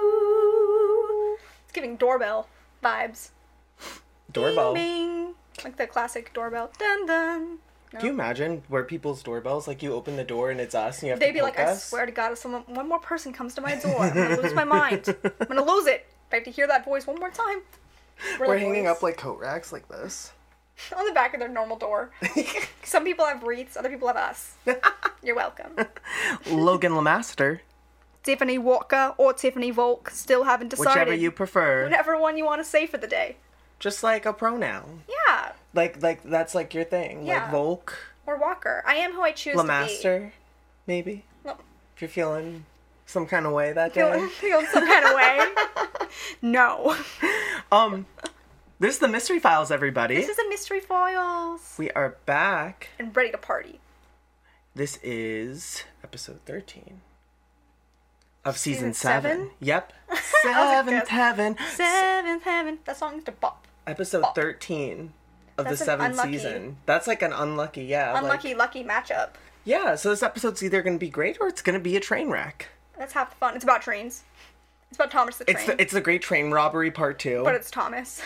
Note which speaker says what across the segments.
Speaker 1: Hello.
Speaker 2: It's giving doorbell vibes.
Speaker 1: Doorbell.
Speaker 2: Bing. Like the classic doorbell. Dun dun. No.
Speaker 1: Can you imagine where people's doorbells? Like you open the door and it's us, and you have
Speaker 2: They'd
Speaker 1: to
Speaker 2: be like,
Speaker 1: poke
Speaker 2: I
Speaker 1: us?
Speaker 2: swear to God, if someone, one more person comes to my door, I'm gonna lose my mind. I'm gonna lose it. I have to hear that voice one more time.
Speaker 1: We're
Speaker 2: the
Speaker 1: hanging
Speaker 2: boys.
Speaker 1: up like coat racks like this.
Speaker 2: on the back of their normal door. Some people have wreaths, other people have us. You're welcome.
Speaker 1: Logan Lamaster,
Speaker 2: Tiffany Walker or Tiffany Volk still haven't decided.
Speaker 1: whichever you prefer.
Speaker 2: Whatever one you want to say for the day.
Speaker 1: Just like a pronoun.
Speaker 2: Yeah.
Speaker 1: Like like that's like your thing. Like
Speaker 2: Yeah.
Speaker 1: Volk,
Speaker 2: Or Walker. I am who I choose to
Speaker 1: Lamaster, maybe.
Speaker 2: be. No.
Speaker 1: If you're feeling some kind of way that day.
Speaker 2: Feeling, feeling some kind of way. No.
Speaker 1: Um, this is the mystery files, everybody.
Speaker 2: This is a mystery foils.
Speaker 1: we are back.
Speaker 2: And ready to party.
Speaker 1: This is episode thirteen of season,
Speaker 2: Season
Speaker 1: seven.
Speaker 2: seven?
Speaker 1: Yep,
Speaker 2: was like,
Speaker 1: seventh
Speaker 2: yes.
Speaker 1: heaven.
Speaker 2: Seventh heaven. That song used to bop.
Speaker 1: Episode thirteen of
Speaker 2: Oh. That's
Speaker 1: the
Speaker 2: an
Speaker 1: seventh
Speaker 2: unlucky-
Speaker 1: season. That's like an unlucky, yeah. like-
Speaker 2: Unlucky, lucky matchup.
Speaker 1: yeah. So this episode's either going to be great or it's going to be a train wreck.
Speaker 2: That's half the fun. It's about trains. It's about Thomas the Train.
Speaker 1: It's the, it's the great train robbery part two.
Speaker 2: but it's Thomas.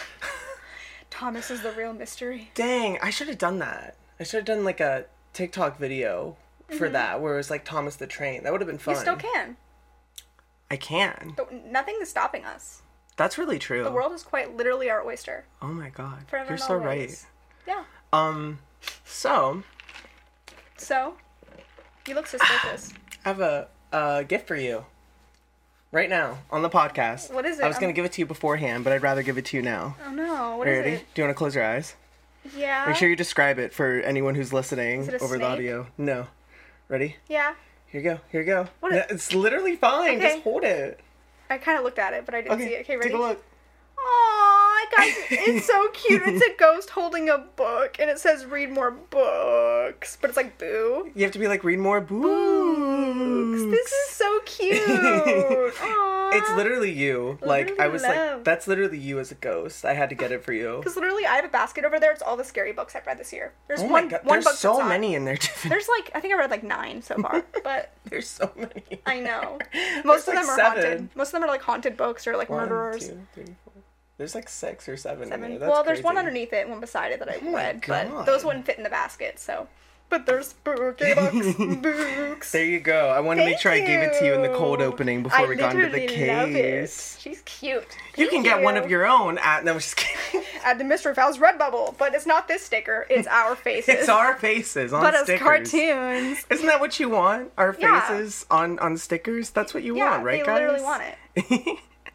Speaker 2: Thomas is the real mystery.
Speaker 1: Dang, I should have done that. I should have done like a TikTok video for that where it was like Thomas the Train. That would have been fun.
Speaker 2: Mm-hmm. You still can.
Speaker 1: I can.
Speaker 2: Don't- Nothing is stopping us.
Speaker 1: That's really true.
Speaker 2: The world is quite literally our oyster.
Speaker 1: oh my god.
Speaker 2: Forever
Speaker 1: Oh. You're
Speaker 2: and
Speaker 1: so
Speaker 2: always. Yeah.
Speaker 1: right. Um so
Speaker 2: So, you look suspicious.
Speaker 1: I have a, a gift for you. Right now on the podcast.
Speaker 2: What is it?
Speaker 1: I was going
Speaker 2: I'm-
Speaker 1: to give it to you beforehand, but I'd rather give it to you now.
Speaker 2: oh no, What
Speaker 1: Are
Speaker 2: is
Speaker 1: you ready?
Speaker 2: it?
Speaker 1: Do you want to close your eyes?
Speaker 2: Yeah.
Speaker 1: Make sure you describe it for anyone who's listening
Speaker 2: it a
Speaker 1: over the
Speaker 2: snake?
Speaker 1: audio. No. Ready?
Speaker 2: Yeah.
Speaker 1: Here you go. Here you go.
Speaker 2: What
Speaker 1: No,
Speaker 2: is-
Speaker 1: it's literally fine.
Speaker 2: Okay.
Speaker 1: Just hold it.
Speaker 2: I kind of looked at it, but I didn't see it. Okay, ready?
Speaker 1: Take a look.
Speaker 2: Aw, guys, it's so cute. It's a ghost holding a book, and it says "read more books," but it's like "boo."
Speaker 1: You have to be like, read more books.
Speaker 2: This is so cute. Aw.
Speaker 1: It's literally you. Like I
Speaker 2: Literally
Speaker 1: was like,
Speaker 2: love.
Speaker 1: that's literally you as a ghost. I had to get it for you.
Speaker 2: because literally I have a basket over there. It's all the scary books I've read this year. There's
Speaker 1: Oh my
Speaker 2: one.
Speaker 1: god,
Speaker 2: one
Speaker 1: there's
Speaker 2: book
Speaker 1: so
Speaker 2: that's not.
Speaker 1: many in there, Tiffany.
Speaker 2: There's like I think I read like nine so far, but
Speaker 1: There's so many.
Speaker 2: I know. Most
Speaker 1: There's
Speaker 2: of them
Speaker 1: like
Speaker 2: are
Speaker 1: seven.
Speaker 2: haunted. Most of them are like haunted books or like
Speaker 1: One,
Speaker 2: murderers.
Speaker 1: two, three, four. There's like six or seven,
Speaker 2: Seven.
Speaker 1: in there. That's
Speaker 2: well, there's one
Speaker 1: crazy. Oh
Speaker 2: underneath it and one beside it that I
Speaker 1: my
Speaker 2: read,
Speaker 1: God.
Speaker 2: but those wouldn't fit in the basket. So, but there's spooky books. books.
Speaker 1: There you go. I want to make
Speaker 2: Thank
Speaker 1: sure I gave it to you in the cold
Speaker 2: you.
Speaker 1: opening before
Speaker 2: I
Speaker 1: we got into the
Speaker 2: literally love it.
Speaker 1: case.
Speaker 2: She's cute.
Speaker 1: You can
Speaker 2: Thank
Speaker 1: get one
Speaker 2: you.
Speaker 1: of your own at no, I'm just kidding.
Speaker 2: at the Mystery Files Redbubble, but it's not this sticker. It's our faces.
Speaker 1: It's our faces on
Speaker 2: but
Speaker 1: stickers.
Speaker 2: it's cartoons.
Speaker 1: Isn't that what you want? Our
Speaker 2: Yeah.
Speaker 1: faces on on stickers? That's what you
Speaker 2: Yeah,
Speaker 1: want, right,
Speaker 2: they
Speaker 1: guys?
Speaker 2: literally want it.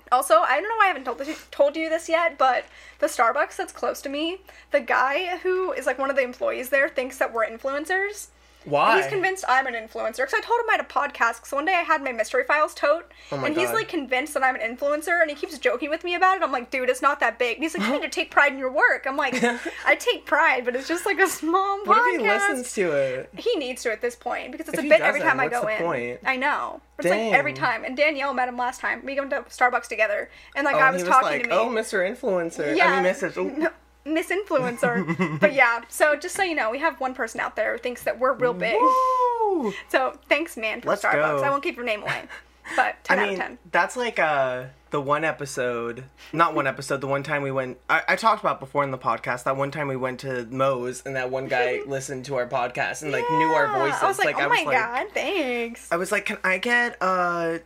Speaker 2: Also, I don't know why I haven't told, this, told you this yet, but the Starbucks that's close to me, the guy who is like one of the employees there thinks that we're influencers.
Speaker 1: Why?
Speaker 2: He's convinced I'm an influencer because I told him I had a podcast. Because one day I had my mystery files tote,
Speaker 1: Oh my
Speaker 2: and he's
Speaker 1: God.
Speaker 2: like convinced that I'm an influencer, and he keeps joking with me about it. I'm like, dude, it's not that big. And he's like, you need to take pride in your work. I'm like, I take pride, but it's just like a small podcast.
Speaker 1: what if he listens to it?
Speaker 2: He needs to at this point because it's
Speaker 1: If
Speaker 2: a
Speaker 1: he
Speaker 2: bit every
Speaker 1: doesn't,
Speaker 2: time I
Speaker 1: what's
Speaker 2: go
Speaker 1: the
Speaker 2: in.
Speaker 1: point?
Speaker 2: I know. It's
Speaker 1: Dang.
Speaker 2: like every time. And Danielle met him last time. We went to Starbucks together, and like
Speaker 1: Oh,
Speaker 2: I
Speaker 1: and
Speaker 2: was,
Speaker 1: he was
Speaker 2: talking
Speaker 1: like,
Speaker 2: to me.
Speaker 1: "Oh, Mr. Influencer." I mean, Mrs. Oh,
Speaker 2: No, Miss Influencer. but yeah, so just so you know, we have one person out there who thinks that we're real big.
Speaker 1: Woo!
Speaker 2: So thanks, man, for
Speaker 1: Let's
Speaker 2: Starbucks.
Speaker 1: go.
Speaker 2: I won't give your name away, but ten
Speaker 1: I
Speaker 2: out of
Speaker 1: mean,
Speaker 2: ten.
Speaker 1: that's like uh the one episode, not one episode, the one time we went. I, I talked about before in the podcast that one time we went to Moe's and that one guy listened to our podcast and like knew our
Speaker 2: Yeah.
Speaker 1: voices.
Speaker 2: I was like, oh
Speaker 1: I
Speaker 2: my
Speaker 1: was like,
Speaker 2: god, thanks.
Speaker 1: I was like, "Can I get uh,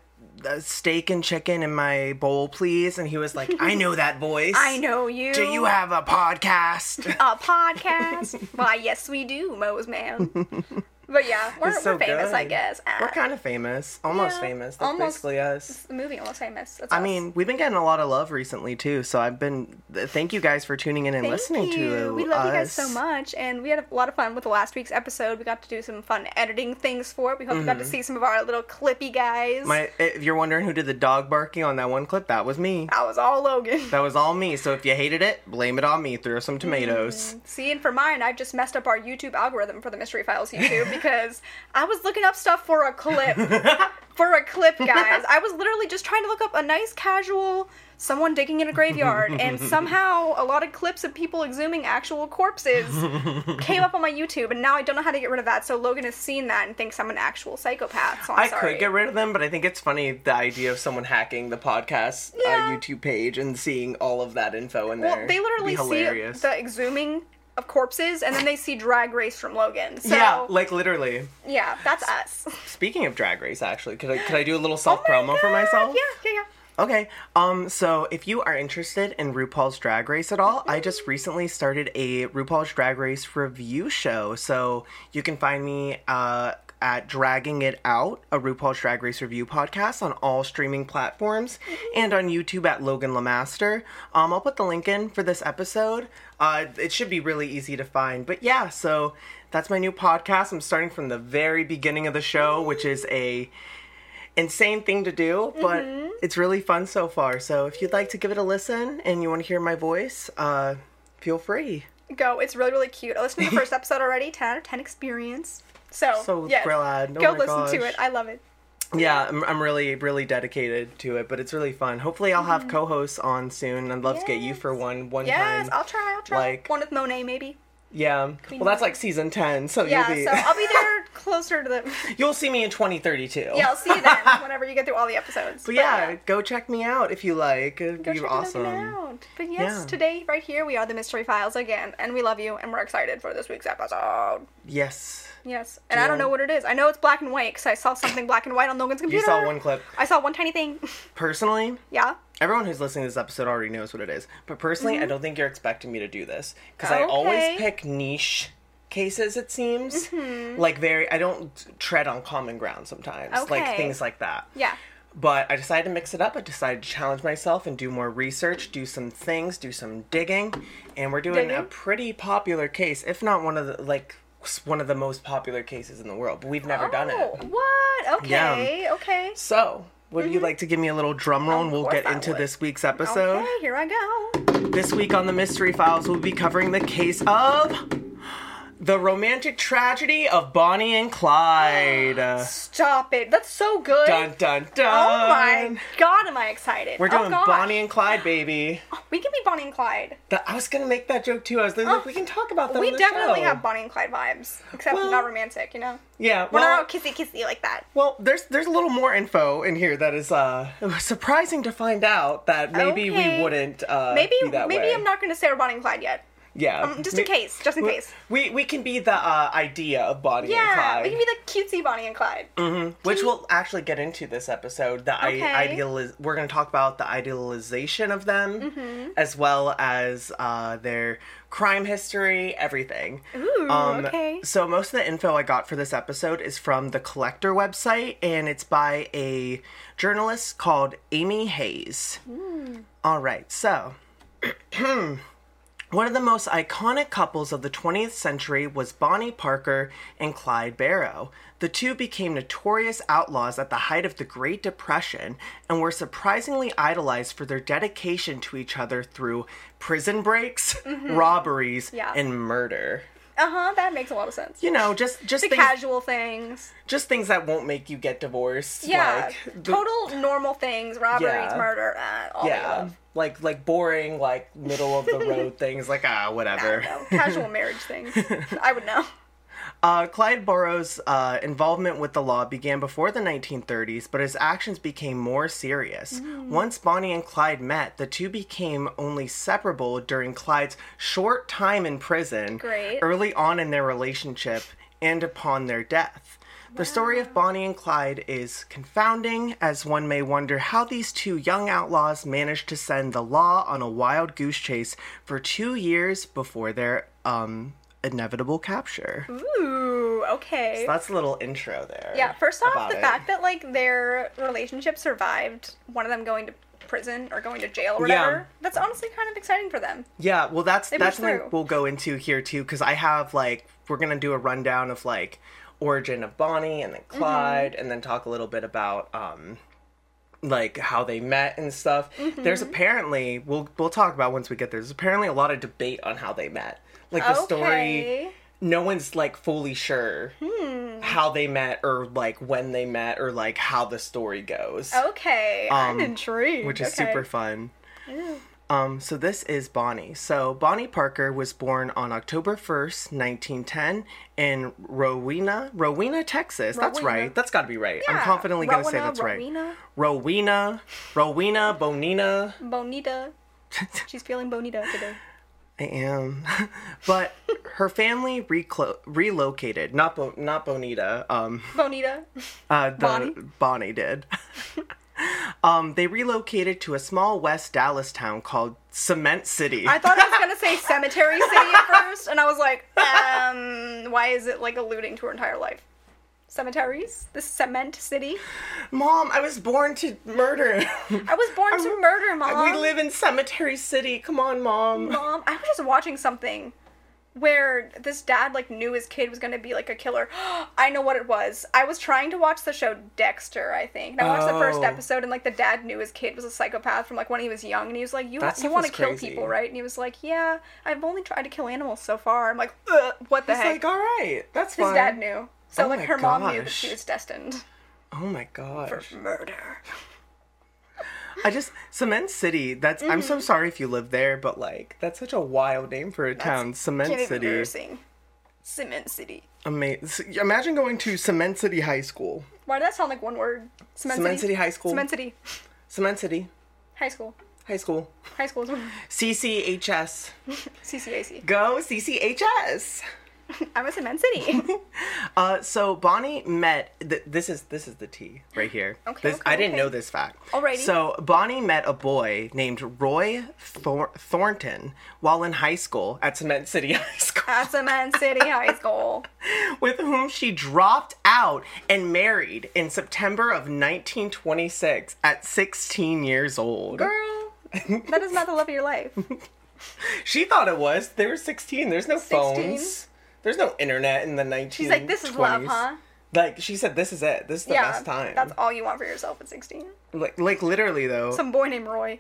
Speaker 1: a steak and chicken in my bowl, please?" And he was like, "I know that voice.
Speaker 2: I know you.
Speaker 1: Do you have a podcast?"
Speaker 2: a podcast? Why, yes, we do, Moe's man. But yeah, we're,
Speaker 1: It's so
Speaker 2: we're famous, I
Speaker 1: good.
Speaker 2: guess. Ah.
Speaker 1: We're kind of famous, almost
Speaker 2: Yeah,
Speaker 1: famous. That's
Speaker 2: almost.
Speaker 1: basically us.
Speaker 2: the movie almost famous. That's
Speaker 1: I
Speaker 2: us.
Speaker 1: mean, we've been getting a lot of love recently too, so I've been. th- Thank you guys for tuning in and
Speaker 2: Thank
Speaker 1: listening to
Speaker 2: you. We
Speaker 1: us.
Speaker 2: love you guys so much, and we had a lot of fun with last week's episode. We got to do some fun editing things for it. We hope you got to see some of our little clippy guys.
Speaker 1: Mm-hmm. My, if you're wondering who did the dog barking on that one clip, that was me.
Speaker 2: that was all Logan.
Speaker 1: That was all me. So if you hated it, blame it on me. Throw some tomatoes.
Speaker 2: See, and for mine, I just messed up our YouTube algorithm for the Mystery Files YouTube because I was looking up stuff for a clip for a clip, guys. I was literally just trying to look up a nice casual someone digging in a graveyard, and somehow a lot of clips of people exhuming actual corpses came up on my YouTube, and now I don't know how to get rid of that. So Logan has seen that and thinks I'm an actual psychopath. So I'm
Speaker 1: I
Speaker 2: sorry.
Speaker 1: could get rid of them, but I think it's funny the idea of someone hacking the podcast
Speaker 2: Yeah.
Speaker 1: uh, YouTube page and seeing all of that info in
Speaker 2: Well,
Speaker 1: there.
Speaker 2: they literally
Speaker 1: Be
Speaker 2: see
Speaker 1: hilarious.
Speaker 2: the exhuming of corpses, and then they see drag race from Logan. So
Speaker 1: yeah, like literally.
Speaker 2: yeah, that's us.
Speaker 1: Speaking of Drag Race, actually, could I could I do a little self
Speaker 2: Oh my
Speaker 1: promo for
Speaker 2: God,
Speaker 1: myself?
Speaker 2: Yeah, yeah, yeah.
Speaker 1: Okay. Um. So if you are interested in RuPaul's Drag Race at all, I just recently started a RuPaul's Drag Race review show. So you can find me uh, at Dragging It Out, a RuPaul's Drag Race review podcast on all streaming platforms, and on YouTube at Logan Lamaster. Um. I'll put the link in for this episode. Uh. It should be really easy to find. But yeah. So that's my new podcast. I'm starting from the very beginning of the show, which is a insane thing to do, but
Speaker 2: Mm-hmm.
Speaker 1: it's really fun so far. So if you'd like to give it a listen and you want to hear my voice, uh, feel free.
Speaker 2: Go. It's really, really cute. I listened to the first episode already. 10 out of 10 experience. So,
Speaker 1: So
Speaker 2: yes,
Speaker 1: glad. Oh
Speaker 2: go
Speaker 1: my
Speaker 2: listen to
Speaker 1: gosh.
Speaker 2: it. I love it.
Speaker 1: Yeah, I'm, I'm really, really dedicated to it, but it's really fun. Hopefully, I'll have co-hosts on soon. I'd love to get you for one one
Speaker 2: Mm-hmm. Yes,
Speaker 1: time.
Speaker 2: I'll try. I'll try.
Speaker 1: like-
Speaker 2: One with Monet, maybe.
Speaker 1: yeah. Well, that's like season ten, so
Speaker 2: Yeah,
Speaker 1: you'll be
Speaker 2: so I'll be there closer to the.
Speaker 1: you'll see me in 2032.
Speaker 2: Yeah, I'll see you then whenever you get through all the episodes.
Speaker 1: But yeah, go check me out if you like. It'd
Speaker 2: Go
Speaker 1: be
Speaker 2: check it
Speaker 1: awesome.
Speaker 2: out. But yes,
Speaker 1: Yeah.
Speaker 2: today, right here, we are the Mystery Files again, and we love you, and we're excited for this week's episode.
Speaker 1: Yes.
Speaker 2: Yes, and I don't
Speaker 1: Yeah.
Speaker 2: know what it is. I know it's black and white because I saw something black and white on Logan's
Speaker 1: You
Speaker 2: computer.
Speaker 1: saw one clip.
Speaker 2: I saw one tiny thing.
Speaker 1: Personally,
Speaker 2: yeah.
Speaker 1: Everyone who's listening to this episode already knows what it is, but personally, I don't think you're expecting me to do this because I
Speaker 2: Mm-hmm. Okay.
Speaker 1: always pick niche cases. It seems
Speaker 2: Mm-hmm.
Speaker 1: like very I don't tread on common ground sometimes,
Speaker 2: Okay.
Speaker 1: like things like that.
Speaker 2: Yeah.
Speaker 1: But I decided to mix it up. I decided to challenge myself and do more research, do some things, do some digging, and we're doing a
Speaker 2: Digging?
Speaker 1: pretty popular case, if not one of the like s- one of the most popular cases in the world. But we've never done
Speaker 2: Oh,
Speaker 1: it.
Speaker 2: What?
Speaker 1: Yeah.
Speaker 2: Okay. Okay.
Speaker 1: So, would you like to give me a little drum roll, and we'll
Speaker 2: Mm-hmm. course
Speaker 1: get
Speaker 2: I
Speaker 1: into
Speaker 2: would.
Speaker 1: this week's episode?
Speaker 2: okay, here I go.
Speaker 1: This week on the Mystery Files, we'll be covering the case of the romantic tragedy of Bonnie and Clyde. dun
Speaker 2: Stop it. That's so good.
Speaker 1: dun dun.
Speaker 2: Oh my god, am I excited?
Speaker 1: We're doing
Speaker 2: oh, gosh.
Speaker 1: Bonnie and Clyde, baby.
Speaker 2: We can be Bonnie and Clyde.
Speaker 1: That- I was gonna make that joke too. I was like, we can talk about that. on
Speaker 2: Oh, we
Speaker 1: the
Speaker 2: definitely
Speaker 1: show.
Speaker 2: have Bonnie and Clyde vibes, except
Speaker 1: Well-
Speaker 2: not romantic, you know?
Speaker 1: Yeah.
Speaker 2: We're
Speaker 1: Well,
Speaker 2: not all kissy kissy like that.
Speaker 1: well, there's there's a little more info in here that is uh surprising to find out that maybe
Speaker 2: Okay.
Speaker 1: we wouldn't. Uh,
Speaker 2: Maybe
Speaker 1: be that
Speaker 2: maybe
Speaker 1: way.
Speaker 2: I'm not going to say we're Bonnie and Clyde yet.
Speaker 1: Yeah.
Speaker 2: Um, just in
Speaker 1: Ma-
Speaker 2: case, just in
Speaker 1: we-
Speaker 2: case.
Speaker 1: We we can be the uh, idea of Bonnie and
Speaker 2: Yeah,
Speaker 1: Clyde. Um,
Speaker 2: we can be the cutesy Bonnie and Clyde.
Speaker 1: which we'll actually get into this episode. The
Speaker 2: Mm-hmm. Okay.
Speaker 1: I- idealiz- we're going to talk about the idealization of them,
Speaker 2: Mm-hmm.
Speaker 1: as well as uh, their crime history, everything.
Speaker 2: Ooh, okay.
Speaker 1: So most of the info I got for this episode is from the Collector website, and it's by a journalist called Amy Hayes.
Speaker 2: Hmm.
Speaker 1: All right, so. One of the most iconic couples of the 20th century was Bonnie Parker and Clyde Barrow. The two became notorious outlaws at the height of the Great Depression and were surprisingly idolized for their dedication to each other through prison breaks, robberies,
Speaker 2: Mm-hmm. Yeah.
Speaker 1: and murder.
Speaker 2: Uh huh, that makes a lot of sense.
Speaker 1: You know, just just
Speaker 2: The
Speaker 1: things,
Speaker 2: casual things.
Speaker 1: just things that won't make you get divorced.
Speaker 2: Yeah.
Speaker 1: like, the-
Speaker 2: total normal things robberies,
Speaker 1: Yeah.
Speaker 2: murder, uh, all the
Speaker 1: yeah,
Speaker 2: above.
Speaker 1: like like boring, like middle of the road things. Like ah, whatever.
Speaker 2: No, casual marriage things. I would know.
Speaker 1: Uh, Clyde Burroughs' uh, involvement with the law began before the 1930s, but his actions became more serious. Once Bonnie and Clyde met, the two became only separable during Clyde's short time in prison,
Speaker 2: Great.
Speaker 1: early on in their relationship, and upon their death. The story of Bonnie and Clyde is confounding, as one may wonder how these two young outlaws managed to send the law on a wild goose chase for two years before their um, inevitable capture.
Speaker 2: Ooh, okay.
Speaker 1: That's a little intro there.
Speaker 2: yeah, first off,
Speaker 1: about
Speaker 2: the
Speaker 1: it.
Speaker 2: fact that like their relationship survived one of them going to prison or going to jail or
Speaker 1: Yeah.
Speaker 2: whatever, that's honestly kind of exciting for them.
Speaker 1: Yeah, well, that's that's
Speaker 2: pushed
Speaker 1: something
Speaker 2: through.
Speaker 1: we'll go into here too, because I have like we're gonna do a rundown of like origin of Bonnie and then
Speaker 2: Mm-hmm.
Speaker 1: Clyde, and then talk a little bit about um like how they met and stuff.
Speaker 2: Mm-hmm.
Speaker 1: There's apparently we'll we'll talk about once we get there. There's apparently a lot of debate on how they met, like the story.
Speaker 2: okay. Hmm.
Speaker 1: No one's like fully sure how they met or like when they met or like how the story goes.
Speaker 2: Oh, Okay, I'm
Speaker 1: Um,
Speaker 2: intrigued.
Speaker 1: which is
Speaker 2: Okay.
Speaker 1: super fun.
Speaker 2: Yeah.
Speaker 1: Um, so this is Bonnie. So Bonnie Parker was born on October 1st, 1910 in Rowena, Rowena, Texas. That's
Speaker 2: Rowena.
Speaker 1: right. That's got to be right. I'm
Speaker 2: Yeah.
Speaker 1: confidently going to say
Speaker 2: Rowena,
Speaker 1: that's
Speaker 2: Rowena.
Speaker 1: right. Rowena, Rowena, Bonina.
Speaker 2: Bonita. She's feeling bonita today.
Speaker 1: I am. but her family reclo- relocated, not Bo- not Bonita. Um
Speaker 2: Bonita.
Speaker 1: Uh, the,
Speaker 2: Bonnie?
Speaker 1: Bonnie. did. um, they relocated to a small West Dallas town called Cement City.
Speaker 2: I thought I was gonna say cemetery city at first, and I was like, um, why is it like alluding to her entire life? Cemeteries? The cement city?
Speaker 1: Mom, I was born to murder.
Speaker 2: I was born to murder, mom.
Speaker 1: we live in Cemetery City. Come on, Mom.
Speaker 2: Mom, I was just watching something where this dad like knew his kid was gonna be like a killer. I know what it was. I was trying to watch the show Dexter, I think. And I watched the first
Speaker 1: Oh.
Speaker 2: episode and like the dad knew his kid was a psychopath from like when he was young and he was like, You
Speaker 1: That stuff
Speaker 2: you wanna
Speaker 1: is
Speaker 2: kill
Speaker 1: crazy.
Speaker 2: people, right? And he was like, Yeah, I've only tried to kill animals so far. I'm like, "Ugh, what the
Speaker 1: It's
Speaker 2: heck?
Speaker 1: like, all right, that's
Speaker 2: His
Speaker 1: fine.
Speaker 2: dad knew. So
Speaker 1: Oh
Speaker 2: like
Speaker 1: my
Speaker 2: her mom knew that
Speaker 1: gosh.
Speaker 2: she was destined
Speaker 1: Oh my gosh.
Speaker 2: for murder.
Speaker 1: I just Cement City. That's. I'm
Speaker 2: Mm-hmm.
Speaker 1: so sorry if you live there, but like, that's such a wild name for a town. Cement
Speaker 2: Can't even
Speaker 1: City.
Speaker 2: embarrassing. Cement City.
Speaker 1: Amazing. Imagine going to Cement City High School.
Speaker 2: Why did that sound like one word? Cement,
Speaker 1: Cement City High School.
Speaker 2: Cement City.
Speaker 1: Cement City
Speaker 2: High school.
Speaker 1: High School.
Speaker 2: High school.
Speaker 1: CCHS.
Speaker 2: CCAC.
Speaker 1: Go CCHS.
Speaker 2: I'm a cement city.
Speaker 1: Uh, so Bonnie met. Th- this is this is the tea right here.
Speaker 2: Okay,
Speaker 1: This-
Speaker 2: okay,
Speaker 1: I didn't
Speaker 2: okay.
Speaker 1: know this fact.
Speaker 2: Alrighty.
Speaker 1: So Bonnie met a boy named Roy Thor- Thornton while in high school at Cement City High School,
Speaker 2: At cement city high school.
Speaker 1: with whom she dropped out and married in September of 1926 at 16 years old.
Speaker 2: Girl, that is not the love of your life.
Speaker 1: She thought it was. They were 16. There's no
Speaker 2: 16?
Speaker 1: phones. There's no internet in the 1920s.
Speaker 2: She's like, this is love, huh?
Speaker 1: Like she said, this is it. This is the
Speaker 2: yeah,
Speaker 1: best time.
Speaker 2: that's all you want for yourself at 16.
Speaker 1: like, like literally though,
Speaker 2: Some boy named Roy.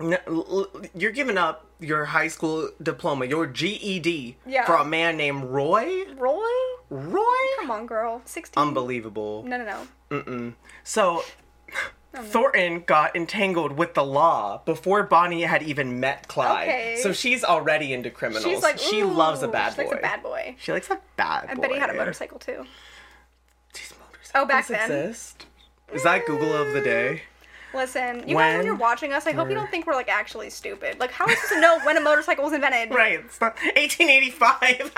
Speaker 1: n- l- l- you're giving up your high school diploma, your GED,
Speaker 2: Yeah.
Speaker 1: for a man named Roy.
Speaker 2: Roy?
Speaker 1: Roy,
Speaker 2: Come on, girl. 16.
Speaker 1: Um, unbelievable.
Speaker 2: no, no, no.
Speaker 1: So. Thornton got entangled with the law before Bonnie had even met Clyde.
Speaker 2: Okay.
Speaker 1: So she's already into criminals.
Speaker 2: She's like,
Speaker 1: she loves a
Speaker 2: ooh,
Speaker 1: bad
Speaker 2: she
Speaker 1: boy.
Speaker 2: likes a bad boy.
Speaker 1: She likes a bad
Speaker 2: I
Speaker 1: boy.
Speaker 2: bet he had a motorcycle too.
Speaker 1: These motorcycles
Speaker 2: Oh, back then. Mm.
Speaker 1: exist. Is that Google of the day?
Speaker 2: Listen, you guys, when
Speaker 1: When
Speaker 2: you're watching us, I hope you
Speaker 1: were-
Speaker 2: don't think we're like actually stupid. Like, how are we supposed to know when a motorcycle was invented?
Speaker 1: Right, it's not 1885.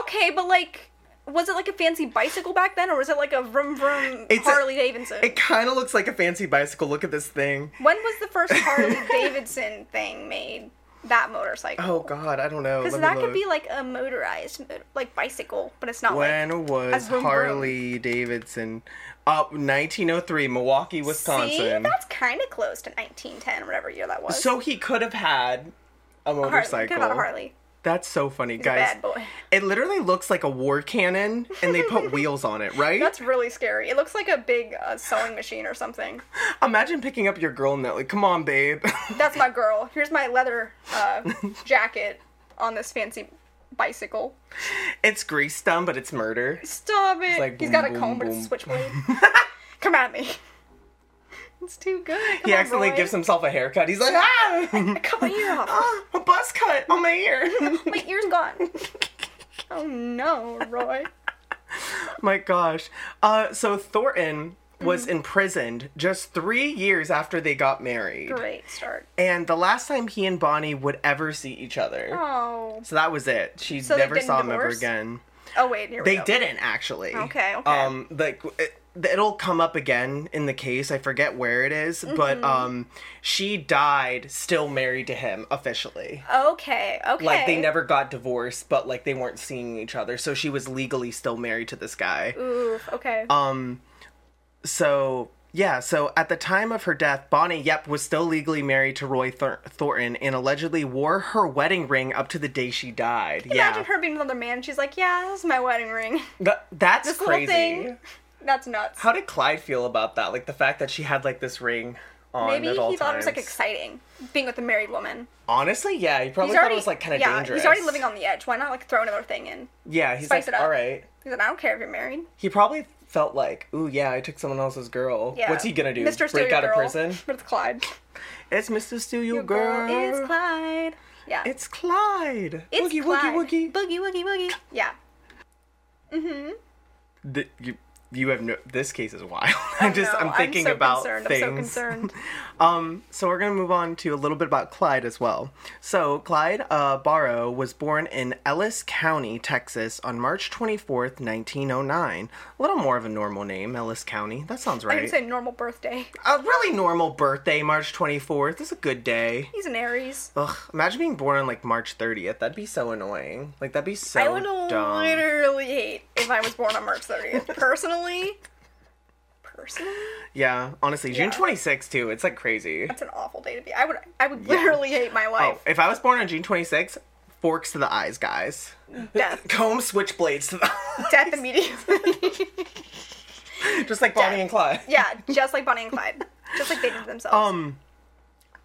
Speaker 2: Okay, but like, was it like a fancy bicycle back then, or was it like a vroom vroom
Speaker 1: It's a-
Speaker 2: Harley Davidson?
Speaker 1: it kind of looks like a fancy bicycle. Look at this thing.
Speaker 2: When was the first Harley Davidson thing made? That motorcycle.
Speaker 1: Oh God, I don't know.
Speaker 2: Because
Speaker 1: Let me
Speaker 2: that could
Speaker 1: look.
Speaker 2: be like a motorized, mo- like bicycle, but it's not like.
Speaker 1: when
Speaker 2: as
Speaker 1: was
Speaker 2: vroom vroom.
Speaker 1: Harley Davidson? Up 1903, Milwaukee, Wisconsin.
Speaker 2: See, that's kind of close to 1910, whatever year that was.
Speaker 1: so he could have had a
Speaker 2: A Harley. Could
Speaker 1: motorcycle.
Speaker 2: have had a Harley.
Speaker 1: That's so funny,
Speaker 2: He's a
Speaker 1: guys.
Speaker 2: bad boy.
Speaker 1: It literally looks like a war cannon, and they put wheels on it, right?
Speaker 2: That's really scary. It looks like a big uh, sewing machine or something.
Speaker 1: Imagine picking up your girl and that, like, come on, babe.
Speaker 2: That's my girl. Here's my leather uh, jacket on this fancy bicycle.
Speaker 1: It's grease dumb, but it's murder.
Speaker 2: Stop it.
Speaker 1: like
Speaker 2: He's
Speaker 1: boom,
Speaker 2: got a
Speaker 1: boom,
Speaker 2: comb, but it's
Speaker 1: boom.
Speaker 2: a switchblade. Come at me. It's too good. Come
Speaker 1: He
Speaker 2: on,
Speaker 1: accidentally
Speaker 2: Roy.
Speaker 1: gives himself a haircut. He's like, ah,
Speaker 2: Cut my ear off.
Speaker 1: ah, a buzz cut on my ear.
Speaker 2: My ear's gone. Oh no, Roy.
Speaker 1: my gosh. Uh, so Thornton was
Speaker 2: Mm-hmm.
Speaker 1: imprisoned just three years after they got married,
Speaker 2: Great start.
Speaker 1: and the last time he and Bonnie would ever see each other.
Speaker 2: Oh.
Speaker 1: So that was it. She
Speaker 2: So they
Speaker 1: never
Speaker 2: didn't
Speaker 1: saw him ever
Speaker 2: divorce?
Speaker 1: again.
Speaker 2: Oh wait, here we
Speaker 1: They
Speaker 2: go.
Speaker 1: didn't actually.
Speaker 2: Okay, okay.
Speaker 1: Um, like it, it'll come up again in the case. I forget where it is,
Speaker 2: Mm-hmm.
Speaker 1: but um, she died still married to him officially.
Speaker 2: Okay. Okay.
Speaker 1: Like they never got divorced, but like they weren't seeing each other, so she was legally still married to this guy.
Speaker 2: Oof. Okay.
Speaker 1: Um, so yeah, so at the time of her death, Bonnie Yep was still legally married to Roy Thor- Thornton and allegedly wore her wedding ring up to the day she died.
Speaker 2: Imagine
Speaker 1: Yeah,
Speaker 2: her being another man. She's like, yeah, this is my wedding ring.
Speaker 1: Th- that's
Speaker 2: This little
Speaker 1: crazy.
Speaker 2: thing. That's nuts.
Speaker 1: How did Clyde feel about that? Like the fact that she had like this ring on
Speaker 2: Maybe
Speaker 1: at
Speaker 2: he
Speaker 1: all
Speaker 2: thought it was like
Speaker 1: times.
Speaker 2: exciting being with a married woman.
Speaker 1: Honestly, yeah, he probably
Speaker 2: he's
Speaker 1: thought
Speaker 2: already
Speaker 1: it was like kind of
Speaker 2: yeah,
Speaker 1: dangerous.
Speaker 2: He's already living on the edge. Why not like throw another thing in?
Speaker 1: Yeah, he's
Speaker 2: Spice
Speaker 1: like,
Speaker 2: it up.
Speaker 1: all right.
Speaker 2: He said, I don't care if you're married.
Speaker 1: He probably felt like, ooh, yeah, I took someone else's girl.
Speaker 2: Yeah.
Speaker 1: What's he gonna do?
Speaker 2: Mr. Steal
Speaker 1: Break
Speaker 2: Your
Speaker 1: out
Speaker 2: girl.
Speaker 1: of prison?
Speaker 2: With Clyde.
Speaker 1: It's Mr. Steal Your,
Speaker 2: Your
Speaker 1: girl.
Speaker 2: is Clyde. Yeah.
Speaker 1: It's Clyde.
Speaker 2: It's
Speaker 1: woogie,
Speaker 2: Clyde.
Speaker 1: woogie woogie
Speaker 2: Boogie woogie woogie. Yeah.
Speaker 1: Th- you, you have no. This case is wild. I'm just.
Speaker 2: No,
Speaker 1: I'm thinking
Speaker 2: so
Speaker 1: about
Speaker 2: concerned.
Speaker 1: things.
Speaker 2: I'm so concerned.
Speaker 1: Um, so we're gonna move on to a little bit about Clyde as well. So Clyde uh, Barrow was born in Ellis County, Texas, on March 24th, 1909. A little more of a normal name, Ellis County. That sounds
Speaker 2: I
Speaker 1: right.
Speaker 2: can say normal birthday.
Speaker 1: a really normal birthday, March 24th. It's a good day.
Speaker 2: He's an Aries.
Speaker 1: Ugh, imagine being born on like March 30th. That'd be so annoying. Like that'd be so
Speaker 2: I would
Speaker 1: dumb.
Speaker 2: literally hate if I was born on March 30th. Personally, personally,
Speaker 1: Yeah, honestly, June
Speaker 2: Yeah.
Speaker 1: 26th too. It's like crazy.
Speaker 2: that's an awful day to be. I would, I would literally hate my
Speaker 1: Oh,
Speaker 2: life.
Speaker 1: if I was born on June 26th, forks to the eyes, guys.
Speaker 2: Death,
Speaker 1: Comb switchblades to the
Speaker 2: death immediately.
Speaker 1: just like Bonnie
Speaker 2: Death.
Speaker 1: and Clyde.
Speaker 2: yeah, just like Bonnie and Clyde, just like they did to themselves.
Speaker 1: Um,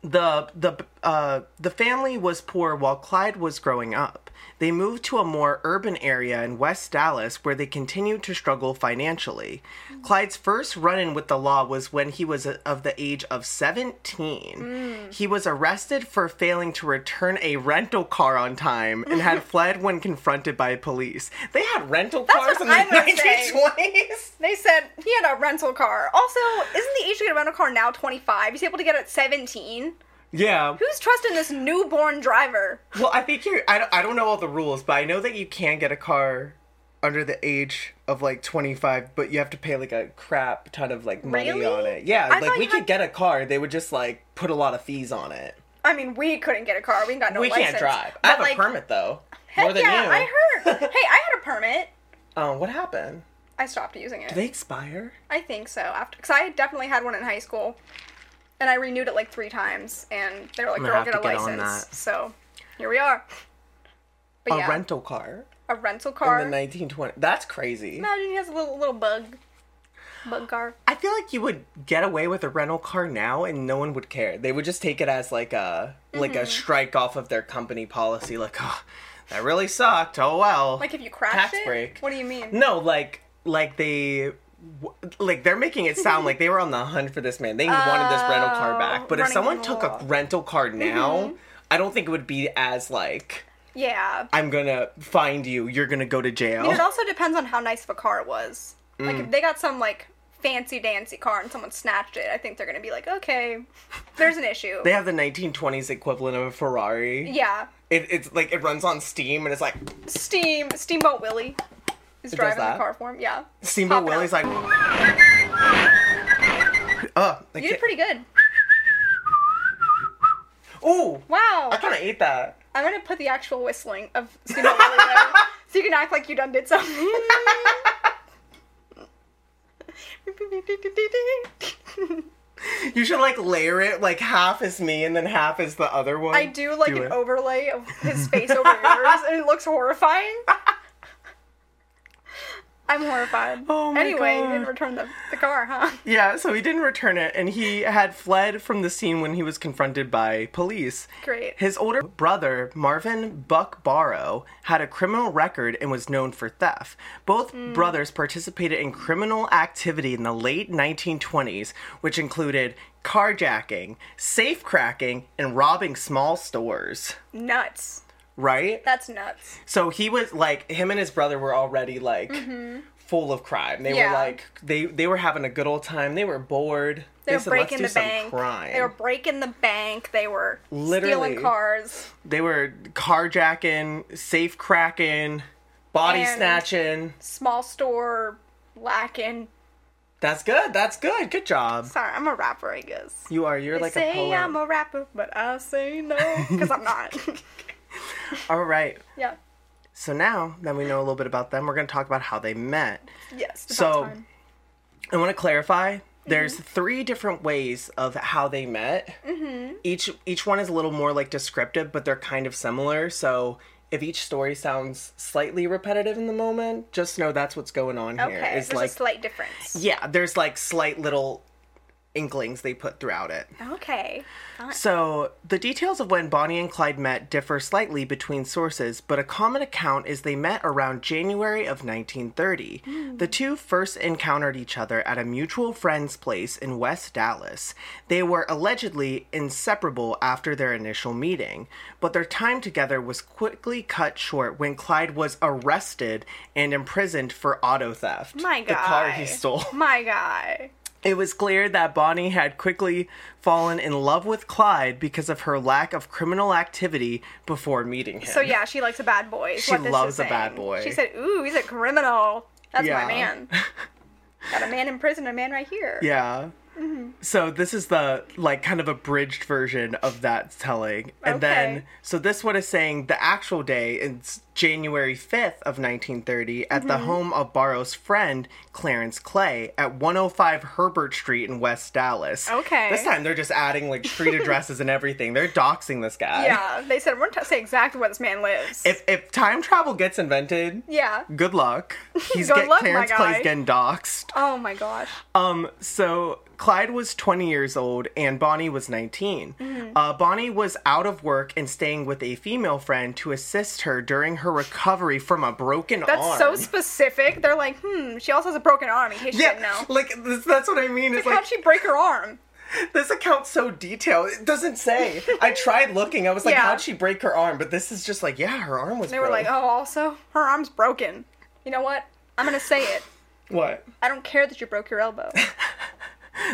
Speaker 1: the the uh the family was poor while Clyde was growing up. They moved to a more urban area in West Dallas where they continued to struggle financially. Clyde's first run-in with the law was when he was uh, of the age of 17.
Speaker 2: Mm.
Speaker 1: He was arrested for failing to return a rental car on time and had fled when confronted by police. They had rental cars
Speaker 2: what
Speaker 1: in the
Speaker 2: I was saying.
Speaker 1: 1920s.
Speaker 2: they said he had a rental car. Also, isn't the age to get a rental car now 25? He's able to get it at 17.
Speaker 1: Yeah.
Speaker 2: Who's trusting this newborn driver?
Speaker 1: Well, I think you're. I don't, I don't know all the rules, but I know that you can get a car under the age of like 25, but you have to pay like a crap ton of like money
Speaker 2: Really?
Speaker 1: on it. Yeah,
Speaker 2: I
Speaker 1: like
Speaker 2: thought
Speaker 1: we
Speaker 2: you
Speaker 1: could
Speaker 2: had-
Speaker 1: get a car, they would just like put a lot of fees on it.
Speaker 2: I mean, we couldn't get a car. We got no
Speaker 1: we
Speaker 2: license.
Speaker 1: can't drive.
Speaker 2: But,
Speaker 1: I have
Speaker 2: like,
Speaker 1: a permit though.
Speaker 2: Heck
Speaker 1: More than
Speaker 2: yeah,
Speaker 1: you.
Speaker 2: I heard. hey, I had a permit.
Speaker 1: Um, what happened?
Speaker 2: I stopped using it.
Speaker 1: Did they expire?
Speaker 2: I think so. After, because I definitely had one in high school, and I renewed it like three times, and they were like,
Speaker 1: gonna
Speaker 2: "Girl,
Speaker 1: have
Speaker 2: get a
Speaker 1: to get on
Speaker 2: license."
Speaker 1: that.
Speaker 2: So here we are. But
Speaker 1: A
Speaker 2: yeah,
Speaker 1: rental car
Speaker 2: a rental
Speaker 1: in
Speaker 2: car.
Speaker 1: the 1920. That's crazy.
Speaker 2: Imagine he has a little little bug, bug car.
Speaker 1: I feel like you would get away with a rental car now and no one would care. They would just take it as like a like
Speaker 2: Mm-hmm.
Speaker 1: a strike off of their company policy like oh, that really sucked. Oh well.
Speaker 2: Like if you crash
Speaker 1: Tax
Speaker 2: it.
Speaker 1: break.
Speaker 2: What do you mean?
Speaker 1: No, like like they w- like they're making it sound like they were on the hunt for this man. They wanted this rental car back. But if
Speaker 2: Oh, running Mm-hmm.
Speaker 1: someone
Speaker 2: the
Speaker 1: took a
Speaker 2: law.
Speaker 1: rental car now, I don't think it would be as like
Speaker 2: Yeah.
Speaker 1: I'm going to find you. You're going to go to jail.
Speaker 2: I mean, it also depends on how nice of a car it was. Like
Speaker 1: Mm.
Speaker 2: if they got some like fancy dancy car and someone snatched it, I think they're gonna be like, okay, there's an issue.
Speaker 1: they have the 1920s equivalent of a Ferrari.
Speaker 2: yeah.
Speaker 1: It, it's like it runs on steam and it's like
Speaker 2: Steam Steamboat Willie is driving
Speaker 1: that?
Speaker 2: the car for him. Yeah.
Speaker 1: Steamboat
Speaker 2: Popping
Speaker 1: Willie's
Speaker 2: up.
Speaker 1: like, oh, like,
Speaker 2: You did pretty good.
Speaker 1: Ooh,
Speaker 2: Wow.
Speaker 1: I kind of ate that.
Speaker 2: I'm gonna put the actual whistling of Steamboat Willie there, so you can act like you done did something.
Speaker 1: You should like layer it like half is me and then half is the other one.
Speaker 2: I do like
Speaker 1: Do it.
Speaker 2: an overlay of his face over yours, and it looks horrifying. I'm horrified.
Speaker 1: Oh my
Speaker 2: anyway,
Speaker 1: God.
Speaker 2: you didn't return the, the car, huh?
Speaker 1: Yeah, so he didn't return it, and he had fled from the scene when he was confronted by police.
Speaker 2: Great.
Speaker 1: His older brother, Marvin Buck Barrow, had a criminal record and was known for theft. Both brothers participated in criminal activity in the late 1920s, which included carjacking, safe cracking, and robbing small stores.
Speaker 2: Nuts.
Speaker 1: Right?
Speaker 2: That's nuts.
Speaker 1: So he was like him and his brother were already like full of crime. They
Speaker 2: Mm-hmm. Yeah.
Speaker 1: were like they they were having a good old time. They were bored.
Speaker 2: They were
Speaker 1: said, "Let's
Speaker 2: breaking
Speaker 1: do
Speaker 2: the
Speaker 1: some
Speaker 2: bank.
Speaker 1: Crime.
Speaker 2: They were breaking the bank. They were
Speaker 1: Literally.
Speaker 2: stealing cars.
Speaker 1: carjacking, safe cracking, body
Speaker 2: And-
Speaker 1: snatching.
Speaker 2: Small store lacking.
Speaker 1: That's good. That's good. Good job.
Speaker 2: Sorry, I'm a rapper, I guess.
Speaker 1: You are. You're like a
Speaker 2: say
Speaker 1: poet.
Speaker 2: I'm a rapper, but I say no because I'm not.
Speaker 1: All right.
Speaker 2: yeah.
Speaker 1: So now that we know a little bit about them, we're going to talk about how they met.
Speaker 2: Yes. about
Speaker 1: So-
Speaker 2: time.
Speaker 1: I want to clarify. There's
Speaker 2: Mm-hmm.
Speaker 1: three different ways of how they met. Mm-hmm. Each each one is a little more like descriptive, but they're kind of similar. So if each story sounds slightly repetitive in the moment, just know that's what's going on
Speaker 2: okay,
Speaker 1: here. It's
Speaker 2: there's
Speaker 1: like
Speaker 2: a slight difference.
Speaker 1: yeah, there's like slight little inklings they put throughout it.
Speaker 2: Okay. Not-
Speaker 1: So, the details of when Bonnie and Clyde met differ slightly between sources, but a common account is they met around January of 1930.
Speaker 2: Hmm.
Speaker 1: The two first encountered each other at a mutual friend's place in West Dallas. They were allegedly inseparable after their initial meeting, but their time together was quickly cut short when Clyde was arrested and imprisoned for auto theft.
Speaker 2: My
Speaker 1: The car
Speaker 2: guy.
Speaker 1: he stole.
Speaker 2: My guy.
Speaker 1: It was clear that Bonnie had quickly fallen in love with Clyde because of her lack of criminal activity before meeting him.
Speaker 2: So yeah, she likes a bad boy. is
Speaker 1: She
Speaker 2: what this
Speaker 1: loves
Speaker 2: is
Speaker 1: a
Speaker 2: saying.
Speaker 1: bad boy.
Speaker 2: She said, "Ooh, he's a criminal. That's
Speaker 1: Yeah.
Speaker 2: my man. Got a man in prison, a man right here."
Speaker 1: Yeah.
Speaker 2: Mm-hmm.
Speaker 1: So this is the like kind of abridged version of that telling. And then
Speaker 2: Okay.
Speaker 1: so this one is saying the actual day is January 5th of 1930 at
Speaker 2: Mm-hmm.
Speaker 1: the home of Barrow's friend Clarence Clay at 105 Herbert Street in West Dallas.
Speaker 2: Okay.
Speaker 1: This time they're just adding like street addresses and everything. They're doxing this guy.
Speaker 2: Yeah, They said we're going to say exactly where this man lives.
Speaker 1: If if time travel gets invented,
Speaker 2: yeah.
Speaker 1: good luck. He's
Speaker 2: Good
Speaker 1: get,
Speaker 2: luck, my
Speaker 1: Clarence
Speaker 2: guy.
Speaker 1: Clay's getting doxxed.
Speaker 2: Oh my gosh.
Speaker 1: Um, so Clyde was 20 years old and Bonnie was 19.
Speaker 2: Mm-hmm.
Speaker 1: Uh, Bonnie was out of work and staying with a female friend to assist her during her recovery from a broken
Speaker 2: That's
Speaker 1: arm.
Speaker 2: so specific. They're like, hmm. She also has a broken arm in case you
Speaker 1: yeah,
Speaker 2: didn't know.
Speaker 1: like this, that's what I mean. It's like
Speaker 2: How'd she break her arm?
Speaker 1: this account's so detailed. It doesn't say. I tried looking. I was like,
Speaker 2: Yeah.
Speaker 1: how'd she break her arm? But this is just like, yeah, her arm was.
Speaker 2: They were like,
Speaker 1: broke.
Speaker 2: oh, also, her arm's broken. You know what? I'm gonna say it.
Speaker 1: what?
Speaker 2: I don't care that you broke your elbow.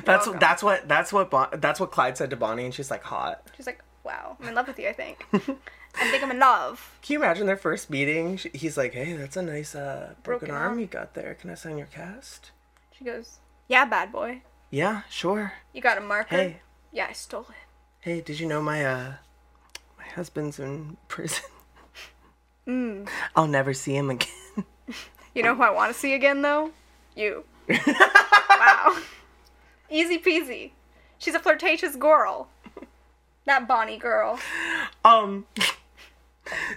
Speaker 1: That's
Speaker 2: welcome.
Speaker 1: that's what that's what bon- that's what Clyde said to Bonnie, and she's like, hot.
Speaker 2: She's like, wow, I'm in love with you. I think. I think I'm in love.
Speaker 1: Can you imagine their first meeting? She- He's like, "Hey, that's a nice uh, broken,
Speaker 2: Broken
Speaker 1: arm
Speaker 2: arm.
Speaker 1: you got there. Can I sign your cast?"
Speaker 2: She goes, yeah, bad boy.
Speaker 1: Yeah, sure.
Speaker 2: You got a marker?
Speaker 1: Hey.
Speaker 2: Yeah, I stole it.
Speaker 1: Hey, did you know my uh, my husband's in prison?
Speaker 2: Hmm.
Speaker 1: I'll never see him again.
Speaker 2: You know who I want to see again, though? You. wow. Easy peasy. She's a flirtatious girl. That Bonnie girl.
Speaker 1: Um.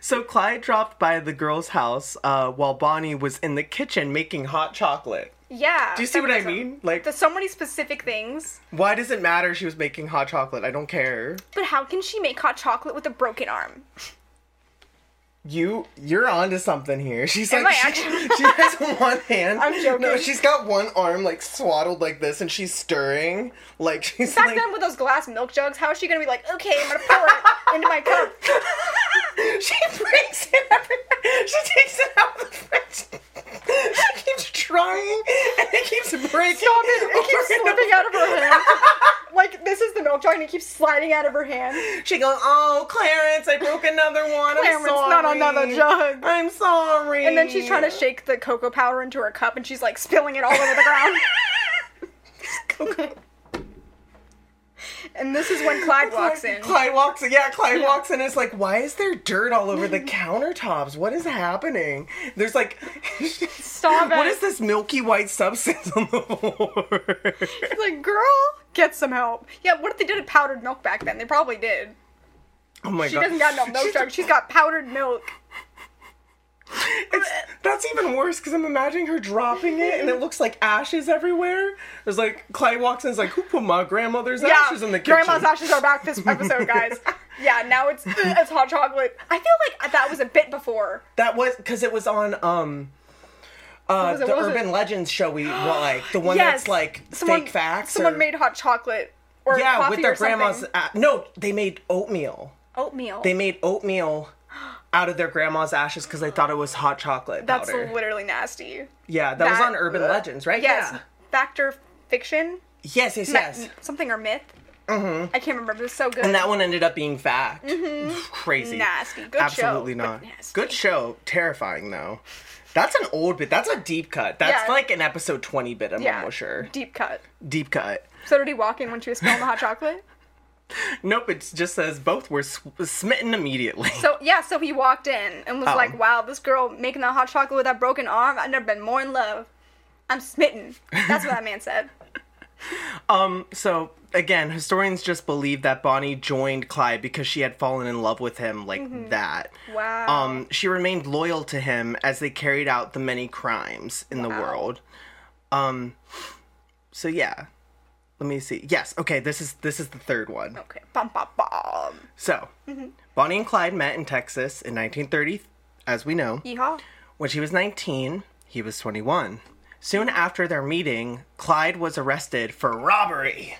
Speaker 1: So Clyde dropped by the girl's house uh, while Bonnie was in the kitchen making hot chocolate.
Speaker 2: Yeah.
Speaker 1: Do you see what I
Speaker 2: feminism.
Speaker 1: mean? Like,
Speaker 2: There's so many specific things.
Speaker 1: why does it matter she was making hot chocolate? I don't care.
Speaker 2: But how can she make hot chocolate with a broken arm?
Speaker 1: You you're onto something here. She's
Speaker 2: Am
Speaker 1: like
Speaker 2: I
Speaker 1: she,
Speaker 2: actually-
Speaker 1: she has one hand.
Speaker 2: I'm joking.
Speaker 1: No, she's got one arm like swaddled like this, and she's stirring like she's
Speaker 2: Back
Speaker 1: like
Speaker 2: then with those glass milk jugs, how is she gonna be like, okay, I'm gonna pour it into my cup?
Speaker 1: she breaks it everywhere. She takes it out of the fridge. she keeps trying, and it keeps breaking. Stop
Speaker 2: It keeps slipping out of her hand. Like this is the milk jug and it keeps sliding out of her hand.
Speaker 1: She goes, "Oh, Clarence, I broke another one.
Speaker 2: Clarence,
Speaker 1: I'm sorry.
Speaker 2: not another jug."
Speaker 1: I'm sorry."
Speaker 2: And then she's trying to shake the cocoa powder into her cup and she's like spilling it all over the ground. and this is when Clyde walks in.
Speaker 1: Clyde walks in. Yeah, Clyde walks in. It's like, why is there dirt all over the countertops? What is happening? There's like,
Speaker 2: Stop it.
Speaker 1: what is this milky white substance on the floor?
Speaker 2: Like, girl, get some help. Yeah, what if they did a powdered milk back then? They probably did.
Speaker 1: oh my
Speaker 2: She
Speaker 1: god,
Speaker 2: doesn't got no milk jug. She's got powdered milk.
Speaker 1: It's, that's even worse because I'm imagining her dropping it and it looks like ashes everywhere. There's like Clyde walks in. It's like, who put my grandmother's ashes in the kitchen?
Speaker 2: Grandma's ashes are back this episode, guys. yeah, now it's it's hot chocolate. I feel like that was a bit before.
Speaker 1: That was because it was on um, uh,
Speaker 2: was it?
Speaker 1: the
Speaker 2: What was it?
Speaker 1: Urban Legends show we like the one that's like fake facts.
Speaker 2: Someone
Speaker 1: or-
Speaker 2: made hot chocolate or
Speaker 1: yeah,
Speaker 2: coffee
Speaker 1: with their
Speaker 2: or something.
Speaker 1: grandma's. a no, they made oatmeal.
Speaker 2: oatmeal.
Speaker 1: They made oatmeal out of their grandma's ashes because they thought it was hot chocolate
Speaker 2: That's
Speaker 1: powder.
Speaker 2: literally nasty.
Speaker 1: yeah, that, was
Speaker 2: that-
Speaker 1: on Urban
Speaker 2: ugh.
Speaker 1: Legends, right?
Speaker 2: Yes,
Speaker 1: Yeah.
Speaker 2: factor fiction.
Speaker 1: Yes, yes,
Speaker 2: Ma-
Speaker 1: yes.
Speaker 2: something or myth. Mm-hmm. I can't remember. It was so good.
Speaker 1: And that one ended up being fact. Crazy.
Speaker 2: Mm-hmm. nasty. Good
Speaker 1: Absolutely
Speaker 2: show. but
Speaker 1: not.
Speaker 2: nasty.
Speaker 1: Good show. Terrifying though. That's an old bit. That's a deep cut. That's
Speaker 2: Yeah.
Speaker 1: like an episode twenty bit. I'm
Speaker 2: Yeah.
Speaker 1: almost sure.
Speaker 2: Deep cut.
Speaker 1: Deep cut.
Speaker 2: So did he walk in when she was smelling the hot chocolate?
Speaker 1: Nope. It just says both were sw- smitten immediately.
Speaker 2: So yeah, so he walked in and was
Speaker 1: Oh.
Speaker 2: like, "Wow, this girl making that hot chocolate with that broken arm. I've never been more in love. I'm smitten." That's what that man said.
Speaker 1: Um, so again, historians just believe that Bonnie joined Clyde because she had fallen in love with him like that.
Speaker 2: Wow.
Speaker 1: Um, she remained loyal to him as they carried out the many crimes in the
Speaker 2: Wow.
Speaker 1: world. Um, so yeah, Let me see. Yes. Okay. This is this is the third one.
Speaker 2: Okay. Bum, bum, bum.
Speaker 1: So, Bonnie and Clyde met in Texas in 1930, as we know.
Speaker 2: Yeehaw.
Speaker 1: When she was 19, he was 21. Soon after their meeting, Clyde was arrested for robbery.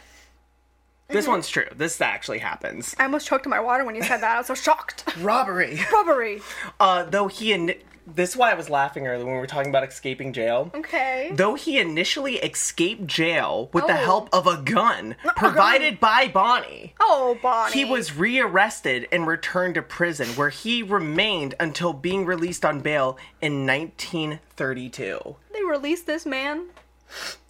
Speaker 1: This one's true. This actually happens.
Speaker 2: I almost choked on my water when you said that. I was so shocked.
Speaker 1: Robbery.
Speaker 2: Robbery.
Speaker 1: Uh, though he and this is why I was laughing earlier when we were talking about escaping jail.
Speaker 2: Okay.
Speaker 1: Though he initially escaped jail with the
Speaker 2: Oh.
Speaker 1: help of a gun provided by Bonnie.
Speaker 2: oh, Bonnie.
Speaker 1: He was rearrested and returned to prison, where he remained until being released on bail in 1932.
Speaker 2: They released this man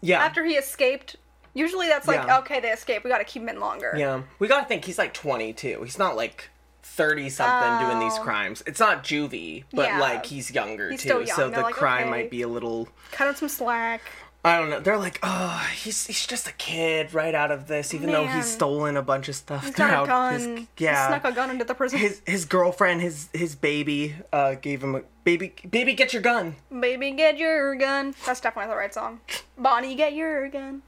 Speaker 1: Yeah.
Speaker 2: after he escaped. Usually that's like,
Speaker 1: Yeah.
Speaker 2: okay, they escaped. We got to keep him in longer.
Speaker 1: yeah. We gotta think he's like 22. He's not like 30 something doing these crimes. It's not juvie, but
Speaker 2: Oh. Yeah.
Speaker 1: like he's younger
Speaker 2: He's
Speaker 1: too.
Speaker 2: still young.
Speaker 1: So
Speaker 2: They're
Speaker 1: the
Speaker 2: like,
Speaker 1: crime
Speaker 2: okay.
Speaker 1: might be a little.
Speaker 2: Cut him some slack.
Speaker 1: I don't know. They're like, oh, he's he's just a kid right out of this, even though
Speaker 2: Man.
Speaker 1: he's stolen a bunch of stuff
Speaker 2: He's got a
Speaker 1: throughout his-
Speaker 2: gun.
Speaker 1: yeah.
Speaker 2: He snuck a gun into the prison.
Speaker 1: his his girlfriend, his his baby, uh, gave him a baby. Baby, get your gun.
Speaker 2: Baby, get your gun. That's definitely the right song. Bonnie, get your gun.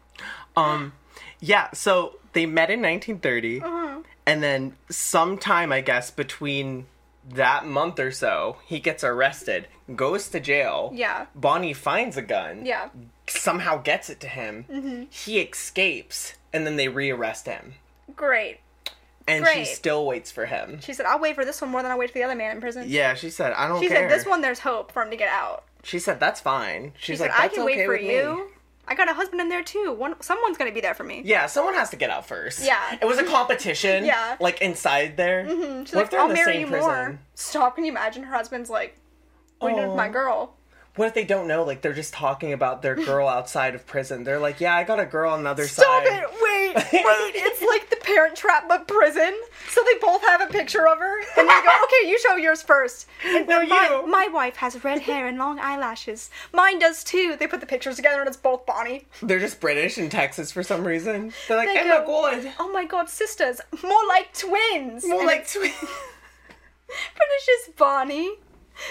Speaker 1: Um, yeah. So they met in 1930,
Speaker 2: Uh-huh.
Speaker 1: and then sometime I guess between that month or so, he gets arrested, goes to jail.
Speaker 2: Yeah.
Speaker 1: Bonnie finds a gun.
Speaker 2: Yeah. Mm-hmm.
Speaker 1: Somehow gets it to him. He escapes, and then they rearrest him,
Speaker 2: Great.
Speaker 1: and she
Speaker 2: Great.
Speaker 1: still waits for him.
Speaker 2: She said, I'll wait for this one more than I wait for the other man in prison.
Speaker 1: Yeah, she said, I don't
Speaker 2: She
Speaker 1: care.
Speaker 2: said, this one, there's hope for him to get out.
Speaker 1: She said, that's fine. She's
Speaker 2: She said,
Speaker 1: like,
Speaker 2: I
Speaker 1: that's
Speaker 2: can
Speaker 1: okay
Speaker 2: wait for
Speaker 1: with me."
Speaker 2: you. I got a husband in there too. One, someone's gonna be there for me.
Speaker 1: Yeah, someone has to get out first.
Speaker 2: Yeah.
Speaker 1: It was a competition.
Speaker 2: Yeah.
Speaker 1: Like inside there. Mm-hmm.
Speaker 2: She's like, I'll marry you more. Stop. Can you imagine her husband's like, what are you doing with
Speaker 1: Aw.
Speaker 2: my girl?
Speaker 1: What if they don't know? Like they're just talking about their girl outside of prison. They're like, yeah, I got a girl on the other
Speaker 2: Stop
Speaker 1: side.
Speaker 2: it! Wait, wait! It's like the Parent Trap but prison. So they both have a picture of her, and they go, "Okay, you show yours first. And
Speaker 1: No,
Speaker 2: my,
Speaker 1: you.
Speaker 2: my wife has red hair and long eyelashes. Mine does too. They put the pictures together, and it's both Bonnie.
Speaker 1: They're just British in Texas for some reason. They're like,
Speaker 2: They
Speaker 1: Emma
Speaker 2: go-
Speaker 1: good.
Speaker 2: Oh my God, sisters! More like twins.
Speaker 1: More
Speaker 2: And
Speaker 1: like
Speaker 2: it's-
Speaker 1: twins.
Speaker 2: but it's just Bonnie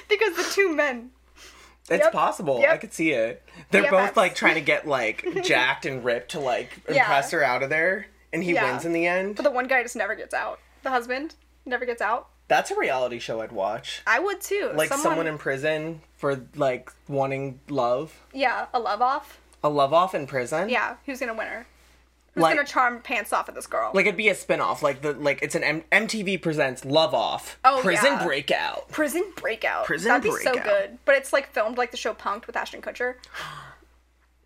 Speaker 2: because the two men.
Speaker 1: It's
Speaker 2: Yep.
Speaker 1: possible. I
Speaker 2: Yep.
Speaker 1: could see it. They're both
Speaker 2: BFFs.
Speaker 1: like trying to get like jacked and ripped to like
Speaker 2: Yeah.
Speaker 1: impress her out of there, and he
Speaker 2: Yeah.
Speaker 1: wins in the end.
Speaker 2: But the one guy just never gets out. The husband never gets out.
Speaker 1: That's a reality show I'd watch.
Speaker 2: I would too.
Speaker 1: Like someone in prison for like wanting love.
Speaker 2: yeah, a love off.
Speaker 1: a love off in prison.
Speaker 2: Yeah, who's gonna win her? Who's
Speaker 1: Like-
Speaker 2: gonna charm pants off at this girl?
Speaker 1: Like it'd be a spin-off, like the like it's an M- MTV presents Love Off,
Speaker 2: Oh,
Speaker 1: Prison
Speaker 2: yeah.
Speaker 1: Breakout.
Speaker 2: Prison Breakout.
Speaker 1: Prison
Speaker 2: That'd be so
Speaker 1: Breakout.
Speaker 2: good. But it's like filmed like the show Punked with Ashton Kutcher.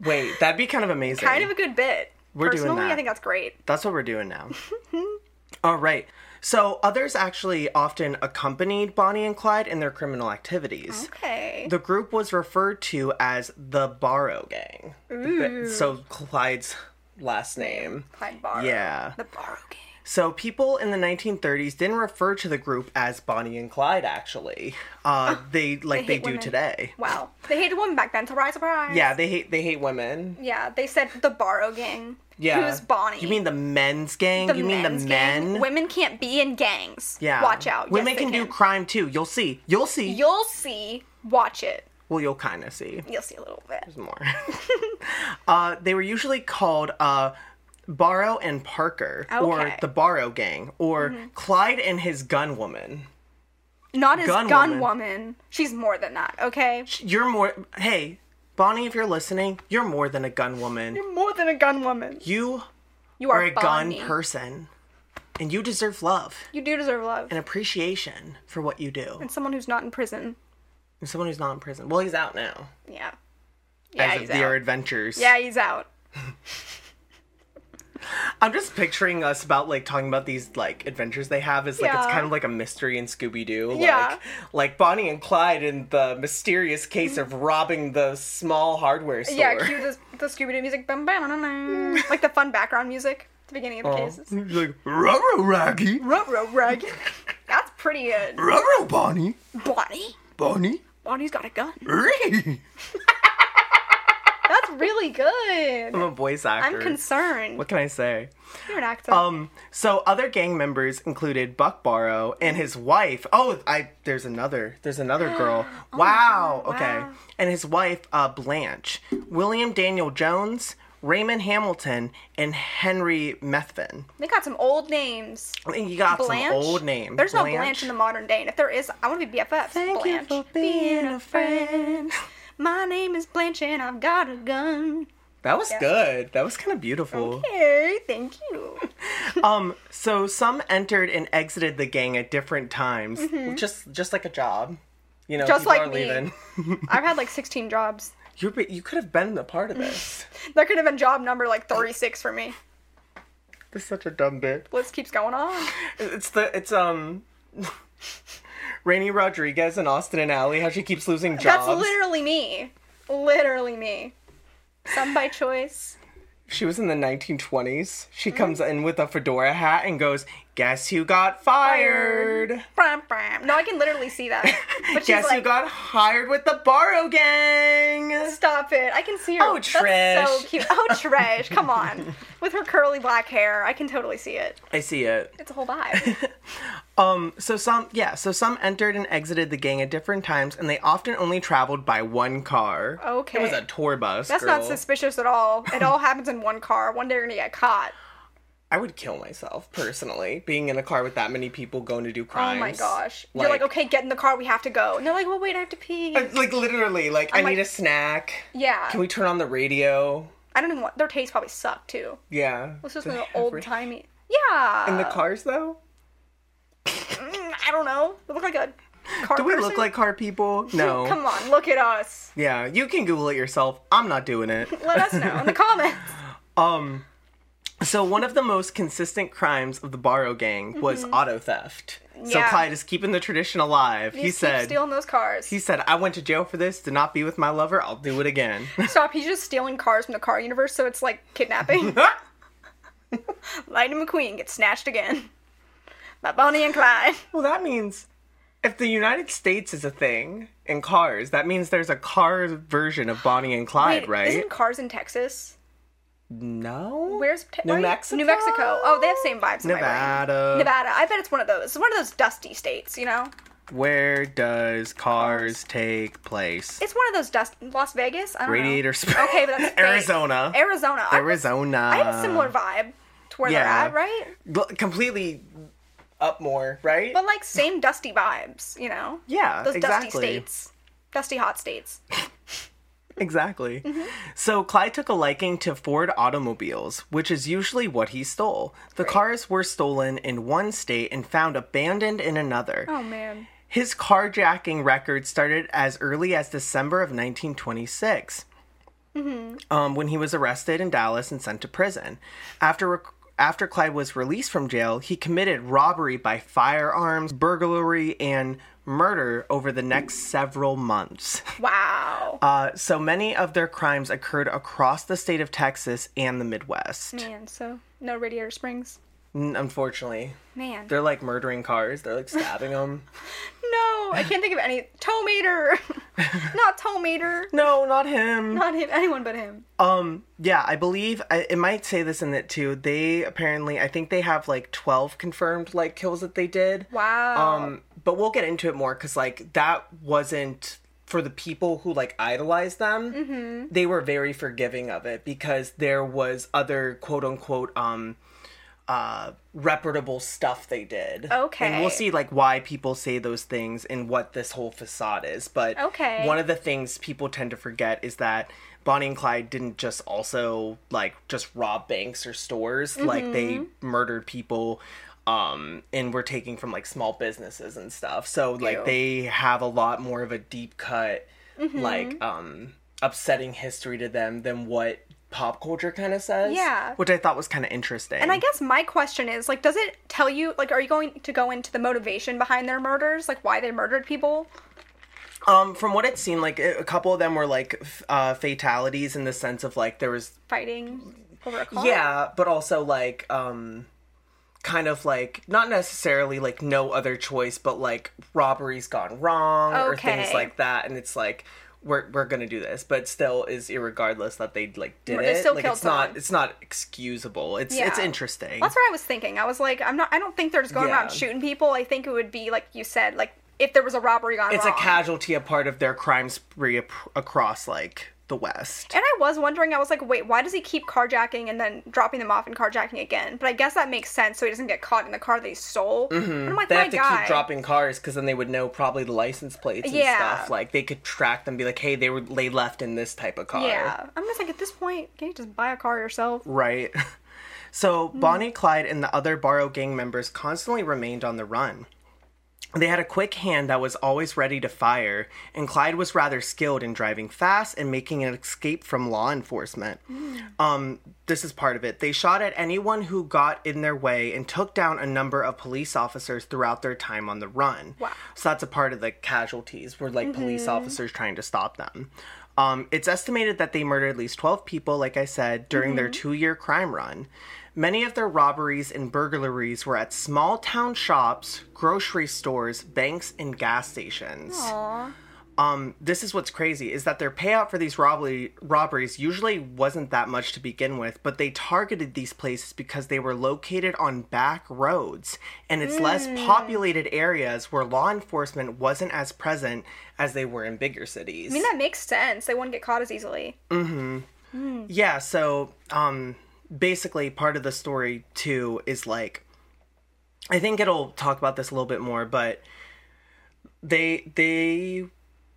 Speaker 1: Wait, that'd be kind of amazing.
Speaker 2: Kind of a good bit.
Speaker 1: We're doing
Speaker 2: Personally,
Speaker 1: that.
Speaker 2: I think that's great.
Speaker 1: That's what we're doing now. All right. So others actually often accompanied Bonnie and Clyde in their criminal activities.
Speaker 2: Okay.
Speaker 1: The group was referred to as the Borrow Gang. Ooh. So Clyde's last name.
Speaker 2: Clyde Barrow.
Speaker 1: Yeah.
Speaker 2: The Barrow Gang.
Speaker 1: So people in the 1930s didn't refer to the group as Bonnie and Clyde. Actually, uh, they like they,
Speaker 2: Oh, hate
Speaker 1: do
Speaker 2: women.
Speaker 1: today.
Speaker 2: Wow. They hated women back then. Surprise, surprise.
Speaker 1: Yeah, they hate they hate women.
Speaker 2: Yeah. They said the Barrow Gang.
Speaker 1: Yeah.
Speaker 2: Who's Bonnie?
Speaker 1: You mean the men's gang? you mean the
Speaker 2: men's
Speaker 1: men?
Speaker 2: gang? Women can't be in gangs.
Speaker 1: Yeah.
Speaker 2: Watch out.
Speaker 1: Women
Speaker 2: Yes, they
Speaker 1: can, do crime too. You'll see. You'll see.
Speaker 2: You'll see. Watch it.
Speaker 1: well, you'll kind of see
Speaker 2: You'll see a little bit.
Speaker 1: more. uh, they were usually called uh, Barrow and Parker, or
Speaker 2: Okay. Mm-hmm.
Speaker 1: the Barrow Gang, or Clyde and his gunwoman.
Speaker 2: Not as
Speaker 1: Gun woman.
Speaker 2: gun, woman. She's more than that, okay?
Speaker 1: You're more. Hey, Bonnie, if you're listening, you're more than a gunwoman.
Speaker 2: You're more than a gun woman.
Speaker 1: You
Speaker 2: You are,
Speaker 1: are a
Speaker 2: Bonnie.
Speaker 1: gun person, and you deserve love
Speaker 2: You do deserve love.
Speaker 1: and appreciation for what you do.
Speaker 2: And someone who's not in prison.
Speaker 1: And someone who's not in prison. Well, he's out now.
Speaker 2: Yeah. Yeah,
Speaker 1: as of
Speaker 2: he's
Speaker 1: their
Speaker 2: out.
Speaker 1: adventures.
Speaker 2: Yeah, he's out.
Speaker 1: I'm just picturing us about like talking about these like adventures they have is like it's
Speaker 2: Yeah.
Speaker 1: kind of like a mystery in Scooby Doo.
Speaker 2: Yeah.
Speaker 1: Like like Bonnie and Clyde in the mysterious case of robbing the small hardware store.
Speaker 2: Yeah, cue the, the Scooby Doo music. Bum, bam, bam, bam. like the fun background music at the beginning of
Speaker 1: Oh.
Speaker 2: the cases.
Speaker 1: He's like, Rubber Raggy,
Speaker 2: Ruh, ruh, ruh. That's pretty good.
Speaker 1: Rubber Bonnie,
Speaker 2: Bonnie?
Speaker 1: Bonnie.
Speaker 2: Bonnie's got a gun.
Speaker 1: I'm
Speaker 2: That's really good.
Speaker 1: a voice actor.
Speaker 2: I'm concerned.
Speaker 1: what can I say?
Speaker 2: You're an actor.
Speaker 1: Um, so other gang members included Buck Barrow and his wife. Oh, I there's another there's another girl. wow.
Speaker 2: Oh God,
Speaker 1: Okay.
Speaker 2: wow.
Speaker 1: And his wife, uh, Blanche, William Daniel Jones, Raymond Hamilton, and Henry Methvin.
Speaker 2: They got some old names.
Speaker 1: I think you got
Speaker 2: Blanche.
Speaker 1: some old names.
Speaker 2: There's no Blanche in the modern day, and if there is, I want to be BFFs.
Speaker 1: Thank you
Speaker 2: Blanche.
Speaker 1: for being a friend.
Speaker 2: My name is Blanche, and I've got a gun.
Speaker 1: That was
Speaker 2: Yeah.
Speaker 1: good. That was kind of beautiful.
Speaker 2: Okay, thank you.
Speaker 1: Um, so some entered and exited the gang at different times, just just like a job. You know,
Speaker 2: Mm-hmm. Just
Speaker 1: people
Speaker 2: like
Speaker 1: are
Speaker 2: me.
Speaker 1: leaving.
Speaker 2: I've had like 16 jobs.
Speaker 1: You're, be- you could have been a part of this.
Speaker 2: That could have been job number like 36 for me.
Speaker 1: this is such a dumb bit.
Speaker 2: List keeps going on.
Speaker 1: It's the it's um Rainy Rodriguez and Austin and Alley, how she keeps losing jobs.
Speaker 2: That's literally me. Literally me. Some by choice.
Speaker 1: she was in the 1920s.
Speaker 2: Mm-hmm.
Speaker 1: She comes in with a fedora hat and goes, "Guess who got fired?
Speaker 2: Bram, bram. No, I can literally see that. But she's
Speaker 1: Guess who
Speaker 2: like,
Speaker 1: got hired with the Borrow Gang?"
Speaker 2: stop it. I can see her.
Speaker 1: Oh,
Speaker 2: That's
Speaker 1: Trish.
Speaker 2: so cute. Oh, Trish. Come on. With her curly black hair, I can totally see it.
Speaker 1: I see it.
Speaker 2: It's a whole vibe.
Speaker 1: Um, so some, yeah, so some entered and exited the gang at different times, and they often only traveled by one car.
Speaker 2: Okay.
Speaker 1: It was a tour bus.
Speaker 2: That's not
Speaker 1: girl.
Speaker 2: suspicious at all. It all happens in one car. One day you're gonna get caught.
Speaker 1: I would kill myself personally, being in a car with that many people going to do
Speaker 2: Oh
Speaker 1: crimes.
Speaker 2: my gosh. You're like,
Speaker 1: Like-
Speaker 2: okay, get in the car. We have to go. And they're like, well, wait, I have to pee.
Speaker 1: It's like literally, like i
Speaker 2: I'm
Speaker 1: need a
Speaker 2: like-
Speaker 1: snack.
Speaker 2: yeah.
Speaker 1: Can we turn on the radio?
Speaker 2: I don't even want. Their taste probably sucked too.
Speaker 1: Yeah.
Speaker 2: This is
Speaker 1: Do
Speaker 2: the
Speaker 1: they have
Speaker 2: old
Speaker 1: ra-
Speaker 2: timey. Yeah.
Speaker 1: In the cars though.
Speaker 2: Mm, I don't know. We look like a car.
Speaker 1: Do we look
Speaker 2: person?
Speaker 1: like car people? No.
Speaker 2: Come on, look at us.
Speaker 1: Yeah, you can Google it yourself. I'm not doing it.
Speaker 2: Let us know in the comments.
Speaker 1: Um, so one of the most consistent crimes of the Borrow Gang was auto theft. So
Speaker 2: Mm-hmm. Yeah.
Speaker 1: Clyde is keeping the tradition alive.
Speaker 2: You
Speaker 1: He
Speaker 2: keep
Speaker 1: said,
Speaker 2: stealing those cars.
Speaker 1: he said, I went to jail for this. To not be with my lover, I'll do it again.
Speaker 2: Stop. He's just stealing cars from the car universe, so it's like kidnapping. Lightning McQueen gets snatched again. By Bonnie and Clyde.
Speaker 1: well, that means if the United States is a thing in cars, that means there's a car version of Bonnie and Clyde,
Speaker 2: Wait,
Speaker 1: right?
Speaker 2: Isn't cars in Texas?
Speaker 1: No.
Speaker 2: Where's Te-
Speaker 1: New
Speaker 2: why-
Speaker 1: Mexico?
Speaker 2: New Mexico. Oh, they have same vibes. In My
Speaker 1: Nevada.
Speaker 2: brain. Nevada. I bet it's one of those. It's one of those dusty states. You know,
Speaker 1: Where does cars take place?
Speaker 2: it's one of those dust. Las Vegas. I don't
Speaker 1: Radiator
Speaker 2: Know.
Speaker 1: Springs.
Speaker 2: Okay, but that's fake.
Speaker 1: Arizona.
Speaker 2: Arizona. I was-
Speaker 1: Arizona.
Speaker 2: I have a similar vibe to where they're
Speaker 1: yeah.
Speaker 2: at, right?
Speaker 1: Gl- completely up more, right?
Speaker 2: But like same dusty vibes, you know?
Speaker 1: yeah,
Speaker 2: Those
Speaker 1: exactly.
Speaker 2: dusty states. Dusty hot states.
Speaker 1: Exactly. So Clyde took a liking to Ford automobiles, which is usually what he stole. The cars were stolen in one state and found abandoned in another.
Speaker 2: Oh man.
Speaker 1: His carjacking record started as early as December of 1926, um, when he was arrested in Dallas and sent to prison. After rec- after Clyde was released from jail, he committed robbery by firearms, burglary, and murder over the next several months.
Speaker 2: Wow.
Speaker 1: Uh, so many of their crimes occurred across the state of Texas and the Midwest.
Speaker 2: man, so no Radiator Springs.
Speaker 1: N- Unfortunately,
Speaker 2: Man.
Speaker 1: they're like murdering cars. They're like stabbing them.
Speaker 2: No, I can't think of any Tomater. Not Tomater.
Speaker 1: no, not him.
Speaker 2: Not him. Anyone but him.
Speaker 1: Um, yeah, I believe I, it might say this in it too. They apparently, I think they have like 12 confirmed like kills that they did.
Speaker 2: Wow.
Speaker 1: Um, but we'll get into it more because like that wasn't for the people who like idolized them. They were very forgiving of it because there was other quote unquote, um, uh, reputable stuff they did. And
Speaker 2: Okay.
Speaker 1: we'll see like why people say those things and what this whole facade is. But
Speaker 2: Okay.
Speaker 1: one of the things people tend to forget is that Bonnie and Clyde didn't just also like just rob banks or stores. Like they
Speaker 2: Mm-hmm.
Speaker 1: murdered people um and were taking from like small businesses and stuff. So like
Speaker 2: Ew.
Speaker 1: they have a lot more of a deep cut
Speaker 2: Mm-hmm.
Speaker 1: like um upsetting history to them than what pop culture kind of says.
Speaker 2: Yeah.
Speaker 1: Which I thought was kind of interesting.
Speaker 2: and I guess my question is, like, does it tell you, like, are you going to go into the motivation behind their murders, like why they murdered people?
Speaker 1: Um, from what it seemed like, a a couple of them were like f- uh, fatalities in the sense of like there was
Speaker 2: Fighting over a car?
Speaker 1: yeah, but also like um, kind of like not necessarily like no other choice, but like robberies gone wrong or things
Speaker 2: Okay.
Speaker 1: like that, and it's like we're we're gonna do this, but still is irregardless that they like did
Speaker 2: They
Speaker 1: it.
Speaker 2: still
Speaker 1: like
Speaker 2: killed
Speaker 1: it's
Speaker 2: someone.
Speaker 1: not it's not excusable. It's
Speaker 2: Yeah.
Speaker 1: it's interesting.
Speaker 2: That's what I was thinking. I was like, I'm not. I don't think they're just going
Speaker 1: Yeah.
Speaker 2: around shooting people. I think it would be like you said, like if there was a robbery gone
Speaker 1: it's
Speaker 2: wrong.
Speaker 1: a casualty, a part of their crime spree ap- across like the West.
Speaker 2: And I was wondering, I was like, wait, why does he keep carjacking and then dropping them off and carjacking again? But I guess that makes sense so he doesn't get caught in the car that he stole. And I'm
Speaker 1: Mm-hmm.
Speaker 2: like,
Speaker 1: They
Speaker 2: my
Speaker 1: have to
Speaker 2: guy.
Speaker 1: keep dropping cars because then they would know probably the license plates and
Speaker 2: Yeah.
Speaker 1: stuff. Like they could track them, be like, "Hey, they were they left in this type of car."
Speaker 2: Yeah. I'm just like, at this point, can you just buy a car yourself?
Speaker 1: Right. So
Speaker 2: Mm.
Speaker 1: Bonnie, Clyde, and the other Barrow gang members constantly remained on the run. They had a quick hand that was always ready to fire, and Clyde was rather skilled in driving fast and making an escape from law enforcement. Um, this is part of it. They shot at anyone who got in their way and took down a number of police officers throughout their time on the run.
Speaker 2: Wow.
Speaker 1: So that's a part of the casualties were like police officers trying to stop them. Um, it's estimated that they murdered at least 12 people, like I said, during their two year crime run. Many of their robberies and burglaries were at small town shops, grocery stores, banks, and gas stations.
Speaker 2: Aw.
Speaker 1: Um, this is what's crazy is that their payout for these robbery robberies usually wasn't that much to begin with, but they targeted these places because they were located on back roads and it's less populated areas where law enforcement wasn't as present as they were in bigger cities.
Speaker 2: I mean, that makes sense. They wouldn't get caught as easily.
Speaker 1: yeah, so um basically part of the story too is like I think it'll talk about this a little bit more, but they they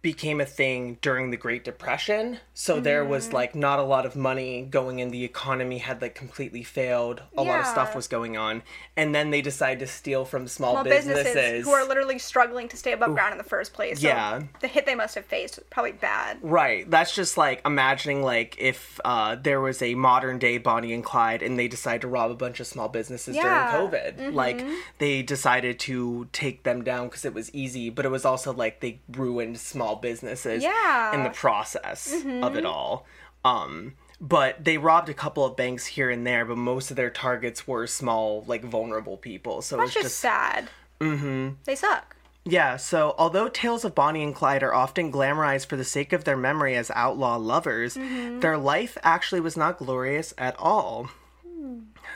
Speaker 1: became a thing during the Great Depression. So there
Speaker 2: Mm.
Speaker 1: was like not a lot of money going in. The economy had like completely failed. A lot of stuff
Speaker 2: Yeah.
Speaker 1: was going on. And then they decided to steal from small,
Speaker 2: Well,
Speaker 1: businesses.
Speaker 2: businesses, who are literally struggling to stay above ground in the first place. So
Speaker 1: Yeah.
Speaker 2: The hit they must have faced was probably bad.
Speaker 1: Right. That's just like imagining like if uh, there was a modern day Bonnie and Clyde and they decided to rob a bunch of small businesses
Speaker 2: Yeah. Mm-hmm.
Speaker 1: during COVID. Like they decided to take them down because it was easy, but it was also like they ruined small businesses
Speaker 2: Yeah. Mm-hmm.
Speaker 1: in the process of it all. Um, but they robbed a couple of banks here and there, but most of their targets were small, like vulnerable people. So it was
Speaker 2: That's just,
Speaker 1: just
Speaker 2: sad. Mm-hmm. They suck.
Speaker 1: yeah, so although tales of Bonnie and Clyde are often glamorized for the sake of their memory as outlaw lovers, their life actually was not glorious at all.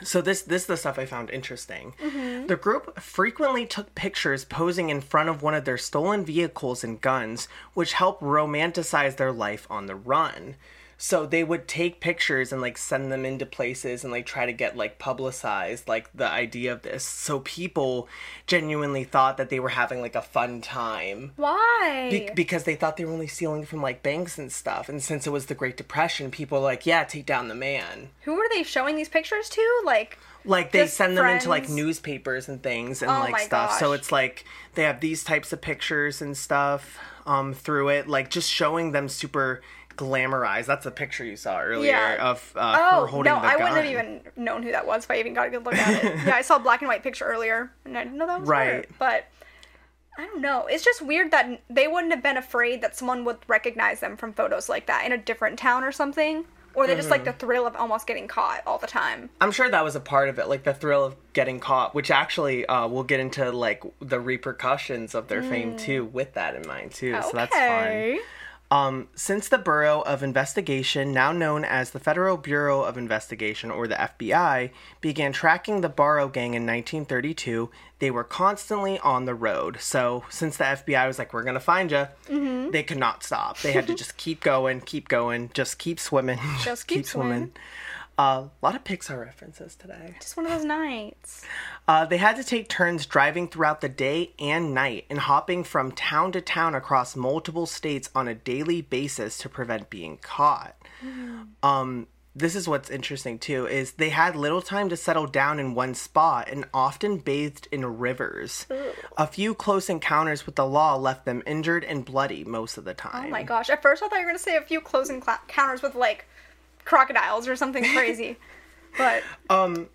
Speaker 1: So this this is the stuff I found interesting. The group frequently took pictures posing in front of one of their stolen vehicles and guns, which helped romanticize their life on the run. So they would take pictures and like send them into places and like try to get like publicized like the idea of this. So people genuinely thought that they were having like a fun time.
Speaker 2: Why?
Speaker 1: Be- because they thought they were only stealing from like banks and stuff. And since it was the Great Depression, people were like, yeah, take down the man
Speaker 2: who are they showing these pictures to? Like,
Speaker 1: like they
Speaker 2: Just
Speaker 1: send them into like
Speaker 2: friends.
Speaker 1: newspapers and things and
Speaker 2: Oh
Speaker 1: like
Speaker 2: my
Speaker 1: stuff so
Speaker 2: gosh.
Speaker 1: it's like they have these types of pictures and stuff um through it like just showing them super glamorized that's the picture you saw earlier
Speaker 2: Yeah.
Speaker 1: of uh, her
Speaker 2: oh
Speaker 1: holding
Speaker 2: no,
Speaker 1: the
Speaker 2: I
Speaker 1: gun
Speaker 2: wouldn't have even known who that was if I even got a good look at it. yeah, I saw a black and white picture earlier, and I didn't know that was her.
Speaker 1: Right.
Speaker 2: But I don't know. It's just weird that n- they wouldn't have been afraid that someone would recognize them from photos like that in a different town or something. Or they just like
Speaker 1: Mm-hmm.
Speaker 2: the thrill of almost getting caught all the time.
Speaker 1: i'm sure that was a part of it like the thrill of getting caught which actually uh we'll get into like the repercussions of their fame too with that in mind too so that's fine
Speaker 2: Mm. Okay.
Speaker 1: Um, since the Bureau of Investigation, now known as the Federal Bureau of Investigation or the FBI, began tracking the Barrow Gang in 1932, they were constantly on the road. So, since the FBI was like, "We're gonna find you," they could not stop. They had to just keep going, keep going, just keep swimming, just,
Speaker 2: keep
Speaker 1: Uh, A lot of Pixar references today.
Speaker 2: Just one of those nights.
Speaker 1: Uh, they had to take turns driving throughout the day and night and hopping from town to town across multiple states on a daily basis to prevent being caught.
Speaker 2: Mm-hmm.
Speaker 1: Um, this is what's interesting too is they had little time to settle down in one spot and often bathed in rivers. A few close encounters with the law left them injured and bloody most of the time.
Speaker 2: Oh my gosh. At first I thought you were gonna say a few close encla- encounters with like crocodiles or something crazy. but um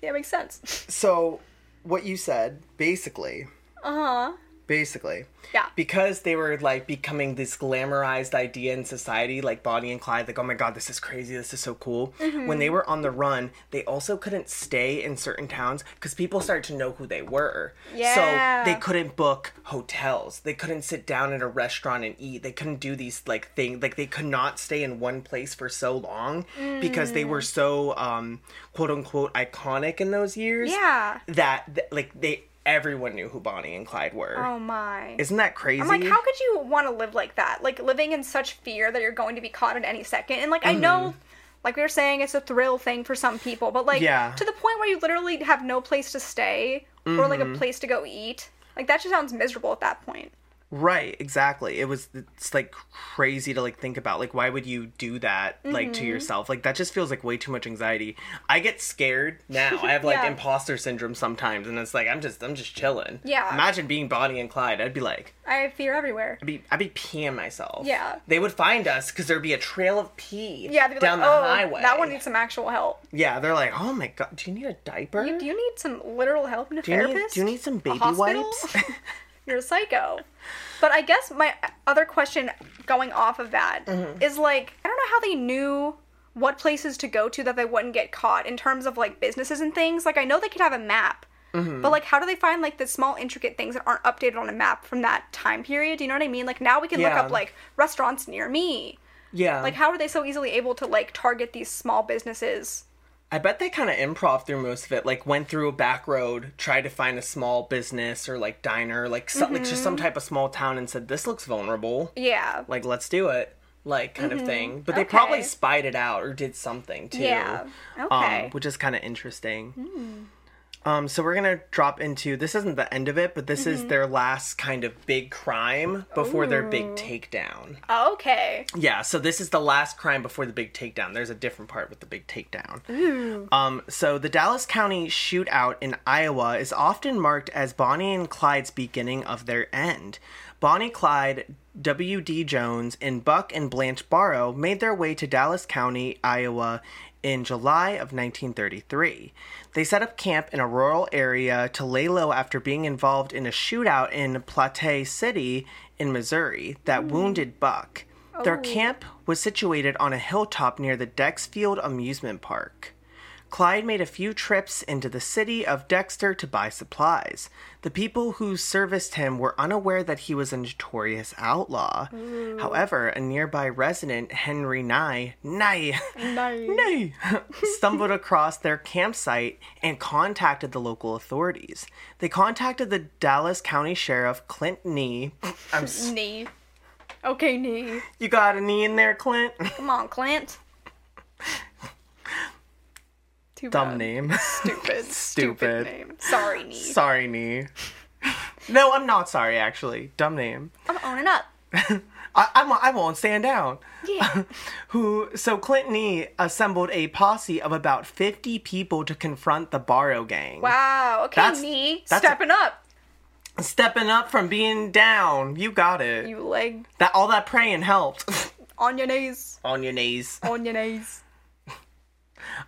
Speaker 2: Yeah, it makes sense.
Speaker 1: So what you said basically,
Speaker 2: Uh-huh.
Speaker 1: basically,
Speaker 2: Yeah.
Speaker 1: because they were like becoming this glamorized idea in society, like Bonnie and Clyde, like, oh my god, this is crazy, this is so cool.
Speaker 2: Mm-hmm.
Speaker 1: When they were on the run, they also couldn't stay in certain towns because people started to know who they were.
Speaker 2: Yeah.
Speaker 1: So they couldn't book hotels. They couldn't sit down at a restaurant and eat. They couldn't do these like things. Like they could not stay in one place for so long because they
Speaker 2: Mm.
Speaker 1: were so um, quote unquote iconic in those years
Speaker 2: Yeah.
Speaker 1: that th- like they everyone knew who Bonnie and Clyde were.
Speaker 2: Oh my.
Speaker 1: Isn't that crazy?
Speaker 2: I'm like, how could you want to live like that? Like living in such fear that you're going to be caught at any second. And like I know,
Speaker 1: Mm-hmm.
Speaker 2: like we were saying, it's a thrill thing for some people, but like
Speaker 1: Yeah.
Speaker 2: to the point where you literally have no place to stay or
Speaker 1: Mm-hmm.
Speaker 2: like a place to go eat. Like that just sounds miserable at that point.
Speaker 1: Right, exactly. It was it's like crazy to like think about. Like why would you do that like
Speaker 2: Mm-hmm.
Speaker 1: to yourself? Like that just feels like way too much anxiety. I get scared now. I have like
Speaker 2: Yeah.
Speaker 1: imposter syndrome sometimes and it's like I'm just I'm just chilling.
Speaker 2: Yeah.
Speaker 1: Imagine being Bonnie and Clyde. I'd be like
Speaker 2: I have fear everywhere.
Speaker 1: I'd be I'd be peeing myself.
Speaker 2: Yeah.
Speaker 1: They would find us cuz there'd be a trail of pee
Speaker 2: Yeah, they'd be
Speaker 1: down
Speaker 2: like,
Speaker 1: the
Speaker 2: oh,
Speaker 1: highway.
Speaker 2: that one needs some actual help.
Speaker 1: Yeah, they're like, "Oh my god, do you need a diaper?"
Speaker 2: You, do you need some literal help in a
Speaker 1: Do you need-
Speaker 2: therapist?
Speaker 1: do you need some
Speaker 2: A
Speaker 1: baby
Speaker 2: hospital?
Speaker 1: wipes?
Speaker 2: You're a psycho. But I guess my other question going off of that is
Speaker 1: Mm-hmm.
Speaker 2: like, I don't know how they knew what places to go to that they wouldn't get caught in terms of like businesses and things. Like, I know they could have a map,
Speaker 1: Mm-hmm.
Speaker 2: but like, how do they find like the small intricate things that aren't updated on a map from that time period? Do you know what I mean? Like, now we can look
Speaker 1: Yeah.
Speaker 2: up like restaurants near me.
Speaker 1: yeah.
Speaker 2: Like, how are they so easily able to like target these small businesses?
Speaker 1: I bet they kind of improv through most of it. Like went through a back road, tried to find a small business or like diner, like so, like just some
Speaker 2: Mm-hmm.
Speaker 1: type of small town, and said this looks vulnerable.
Speaker 2: Yeah.
Speaker 1: Like let's do it, like kind of thing. But they probably
Speaker 2: Mm-hmm. Okay.
Speaker 1: spied it out or did something too.
Speaker 2: Yeah.
Speaker 1: Um,
Speaker 2: Okay. Hmm.
Speaker 1: which is kind of interesting. Um, so we're gonna drop into this isn't the end of it, but this
Speaker 2: Mm-hmm.
Speaker 1: is their last kind of big crime before their big takedown.
Speaker 2: okay.
Speaker 1: Yeah, so this is the last crime before the big takedown. There's a different part with the big takedown. Um, so the Dallas County shootout in Iowa is often marked as Bonnie and Clyde's beginning of their end. Bonnie Clyde, W.D. Jones, and Buck and Blanche Barrow made their way to Dallas County, Iowa in July of 1933. They set up camp in a rural area to lay low after being involved in a shootout in Platte City in Missouri that wounded Buck. Their camp was situated on a hilltop near the Dexfield amusement park. Clyde made a few trips into the city of Dexter to buy supplies. The people who serviced him were unaware that he was a notorious outlaw. However, a nearby resident, Henry Nye, Nye, Nye, stumbled across their campsite and contacted the local authorities. They contacted the Dallas County Sheriff Clint Nee. I'm s-
Speaker 2: Knee. Okay, knee.
Speaker 1: you got a knee in there, Clint?
Speaker 2: Come on, Clint. Too
Speaker 1: Dumb
Speaker 2: bad.
Speaker 1: name.
Speaker 2: Stupid, stupid.
Speaker 1: Stupid.
Speaker 2: name. Sorry, knee.
Speaker 1: Sorry, Nee. no, I'm not sorry, actually. Dumb name.
Speaker 2: I'm owning up.
Speaker 1: I, I'm, I won't stand down.
Speaker 2: Yeah.
Speaker 1: Who? So Clinton E assembled a posse of about 50 people to confront the Barrow gang.
Speaker 2: Wow. Okay,
Speaker 1: That's-
Speaker 2: knee.
Speaker 1: that's a-
Speaker 2: stepping up.
Speaker 1: Stepping up from being down. You got it.
Speaker 2: You leg
Speaker 1: that all that praying helped.
Speaker 2: on your knees.
Speaker 1: On your knees.
Speaker 2: On your knees.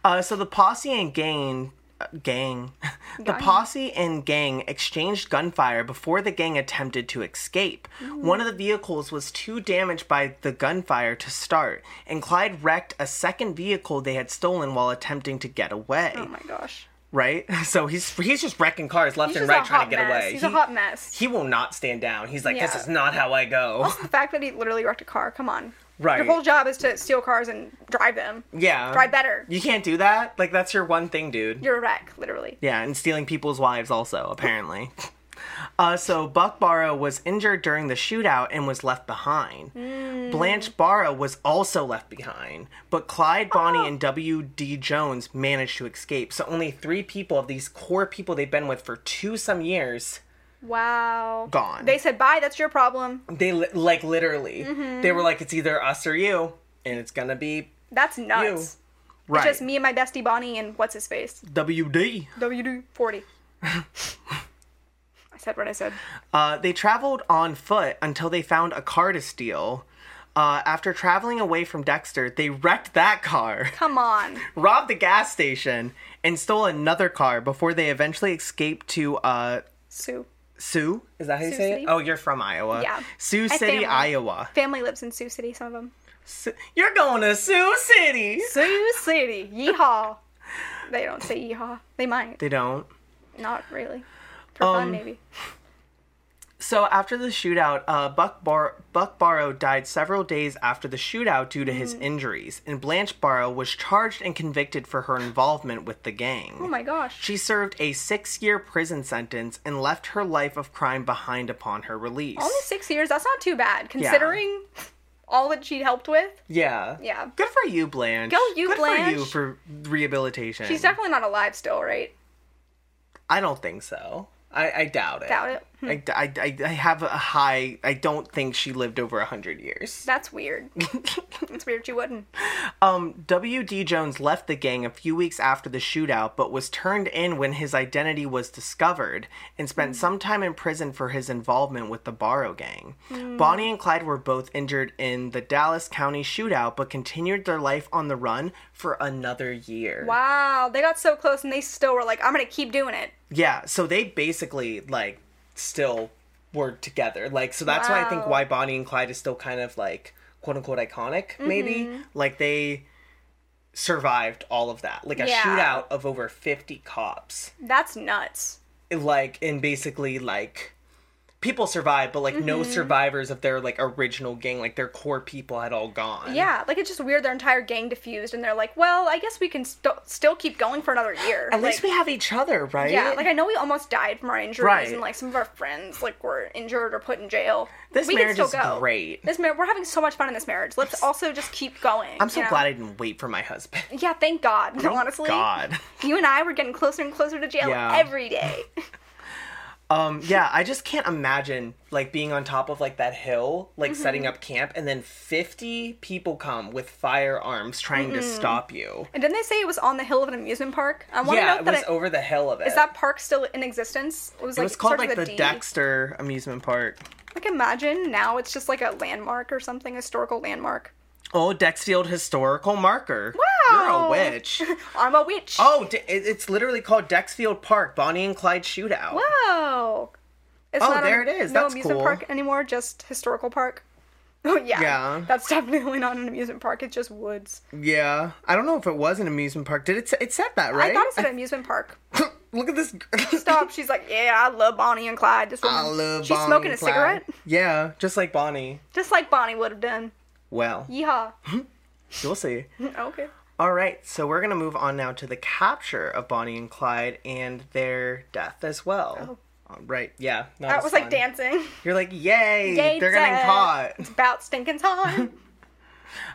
Speaker 1: Uh, so the posse and gang, uh, gang, the
Speaker 2: Gang.
Speaker 1: posse and gang exchanged gunfire before the gang attempted to escape. One of the vehicles was too damaged by the gunfire to start, and Clyde wrecked a second vehicle they had stolen while attempting to get away.
Speaker 2: Oh my gosh.
Speaker 1: Right? So he's he's just wrecking cars left
Speaker 2: He's
Speaker 1: and
Speaker 2: just
Speaker 1: right
Speaker 2: a
Speaker 1: trying
Speaker 2: hot
Speaker 1: to get
Speaker 2: mess.
Speaker 1: away.
Speaker 2: He's
Speaker 1: he,
Speaker 2: a hot mess.
Speaker 1: he will not stand down. He's like,
Speaker 2: Yeah.
Speaker 1: this is not how I go.
Speaker 2: The fact that he literally wrecked a car. Come on.
Speaker 1: Right.
Speaker 2: Your whole job is to steal cars and drive them.
Speaker 1: yeah.
Speaker 2: Drive better.
Speaker 1: You can't do that. Like that's your one thing, dude.
Speaker 2: You're a wreck, literally.
Speaker 1: Yeah, and stealing people's wives also, apparently. Uh, so Buck Barrow was injured during the shootout and was left behind.
Speaker 2: Hmm.
Speaker 1: Blanche Barrow was also left behind, but Clyde,
Speaker 2: Oh.
Speaker 1: Bonnie, and W.D. Jones managed to escape. So only three people of these core people they've been with for two some years
Speaker 2: Wow.
Speaker 1: gone.
Speaker 2: They said bye. That's your problem.
Speaker 1: They li- like literally,
Speaker 2: Mm-hmm.
Speaker 1: they were like, it's either us or you, and it's gonna be
Speaker 2: That's nuts.
Speaker 1: right.
Speaker 2: Just me and my bestie Bonnie and what's his face.
Speaker 1: W.D.
Speaker 2: WD forty. I said what I said.
Speaker 1: Uh, they traveled on foot until they found a car to steal. Uh, after traveling away from Dexter, they wrecked that car,
Speaker 2: Come on.
Speaker 1: robbed the gas station, and stole another car before they eventually escaped to uh,
Speaker 2: Sue.
Speaker 1: Sioux. Is that how you
Speaker 2: Sioux
Speaker 1: say
Speaker 2: City?
Speaker 1: it? Oh, you're from Iowa.
Speaker 2: Yeah.
Speaker 1: Sioux
Speaker 2: My
Speaker 1: City,
Speaker 2: family.
Speaker 1: Iowa.
Speaker 2: Family lives in Sioux City, some of them.
Speaker 1: Sioux- you're going to Sioux City.
Speaker 2: Sioux City. Yeehaw. They don't say yeehaw. They Um, might.
Speaker 1: They don't.
Speaker 2: Not really. For fun, maybe.
Speaker 1: So after the shootout, uh, Buck, Bar- Buck Barrow died several days after the shootout due to his
Speaker 2: Mm-hmm.
Speaker 1: injuries, and Blanche Barrow was charged and convicted for her involvement with the gang.
Speaker 2: Oh my gosh.
Speaker 1: She served a six year prison sentence and left her life of crime behind upon her release.
Speaker 2: Only six years, that's not too bad, considering all that she helped with.
Speaker 1: yeah.
Speaker 2: Yeah.
Speaker 1: Good for you, Blanche.
Speaker 2: Go you,
Speaker 1: Good
Speaker 2: Blanche.
Speaker 1: for you for rehabilitation.
Speaker 2: She's definitely not alive still, right?
Speaker 1: I don't think so. I, I doubt it.
Speaker 2: Doubt it. Hmm.
Speaker 1: I, d- I d- I d- I have a high. I don't think she lived over 100 years.
Speaker 2: That's weird. it's weird she wouldn't.
Speaker 1: Um, W.D. Jones left the gang a few weeks after the shootout, but was turned in when his identity was discovered and spent some time in prison for his involvement with the Barrow Gang. Bonnie and Clyde were both injured in the Dallas County shootout, but continued their life on the run for another year.
Speaker 2: Wow, they got so close and they still were like, I'm gonna keep doing it.
Speaker 1: Yeah, so they basically, like, still were together. Like, so that's why I think
Speaker 2: Wow. Mm-hmm.
Speaker 1: why Bonnie and Clyde is still kind of, like, quote unquote iconic, maybe. Like, they survived all of that. Like, a
Speaker 2: Yeah.
Speaker 1: shootout of over 50 cops.
Speaker 2: That's nuts.
Speaker 1: Like, and basically, like, people survived, but, like, no
Speaker 2: Mm-hmm.
Speaker 1: survivors of their, like, original gang, like, their core people had all gone.
Speaker 2: Yeah, like it's just weird. Their entire gang diffused, and they're like, "Well, I guess we can st- still keep going for another year."
Speaker 1: At least we have each other, right?
Speaker 2: yeah, like I know we almost died from our injuries,
Speaker 1: Right.
Speaker 2: and like some of our friends like were injured or put in jail.
Speaker 1: This
Speaker 2: we
Speaker 1: marriage
Speaker 2: can
Speaker 1: is
Speaker 2: still go.
Speaker 1: great.
Speaker 2: This mar- we're having so much fun in this marriage. Let's also just keep going.
Speaker 1: I'm so
Speaker 2: you know?
Speaker 1: glad I didn't wait for my husband.
Speaker 2: yeah, thank God. honestly,
Speaker 1: God.
Speaker 2: you and I were getting closer and closer to jail
Speaker 1: Yeah.
Speaker 2: every day.
Speaker 1: Um, yeah, I just can't imagine like being on top of like that hill, like
Speaker 2: Mm-hmm.
Speaker 1: setting up camp, and then fifty people come with firearms trying to
Speaker 2: Mm-hmm.
Speaker 1: stop you.
Speaker 2: and didn't they say it was on the hill of an amusement park? I want to
Speaker 1: Yeah,
Speaker 2: know
Speaker 1: it
Speaker 2: if
Speaker 1: was
Speaker 2: that
Speaker 1: over the hill of it.
Speaker 2: is that park still in existence? It was
Speaker 1: it
Speaker 2: like
Speaker 1: was called
Speaker 2: sort of
Speaker 1: like the
Speaker 2: D.
Speaker 1: Dexter amusement park.
Speaker 2: Like imagine now it's just like a landmark or something, historical landmark.
Speaker 1: Oh, Dexfield historical marker.
Speaker 2: Wow.
Speaker 1: you're a witch.
Speaker 2: I'm a witch.
Speaker 1: oh, d- it- it's literally called Dexfield Park, Bonnie and Clyde shootout.
Speaker 2: Wow. It's
Speaker 1: Oh,
Speaker 2: not a-
Speaker 1: there it is.
Speaker 2: No
Speaker 1: That's
Speaker 2: amusement
Speaker 1: cool.
Speaker 2: park anymore, just historical park. Oh yeah.
Speaker 1: Yeah.
Speaker 2: That's definitely not an amusement park. It's just woods.
Speaker 1: Yeah, I don't know if it was an amusement park. Did it? Say, it said that right?
Speaker 2: I thought it said amusement park.
Speaker 1: Look at this.
Speaker 2: Stop. She's like, yeah, I love Bonnie and Clyde. This woman.
Speaker 1: I love
Speaker 2: She's
Speaker 1: Bonnie
Speaker 2: smoking a
Speaker 1: and Clyde.
Speaker 2: cigarette,
Speaker 1: Yeah, just like Bonnie.
Speaker 2: just like Bonnie would have done.
Speaker 1: Well,
Speaker 2: Yeehaw.
Speaker 1: you'll see.
Speaker 2: okay.
Speaker 1: All right, so we're gonna move on now to the capture of Bonnie and Clyde and their death as well. All right, yeah, not
Speaker 2: Oh. That
Speaker 1: as
Speaker 2: was
Speaker 1: fun.
Speaker 2: like dancing.
Speaker 1: You're like, yay,
Speaker 2: Yay,
Speaker 1: they're getting
Speaker 2: death.
Speaker 1: caught.
Speaker 2: It's about stinking time.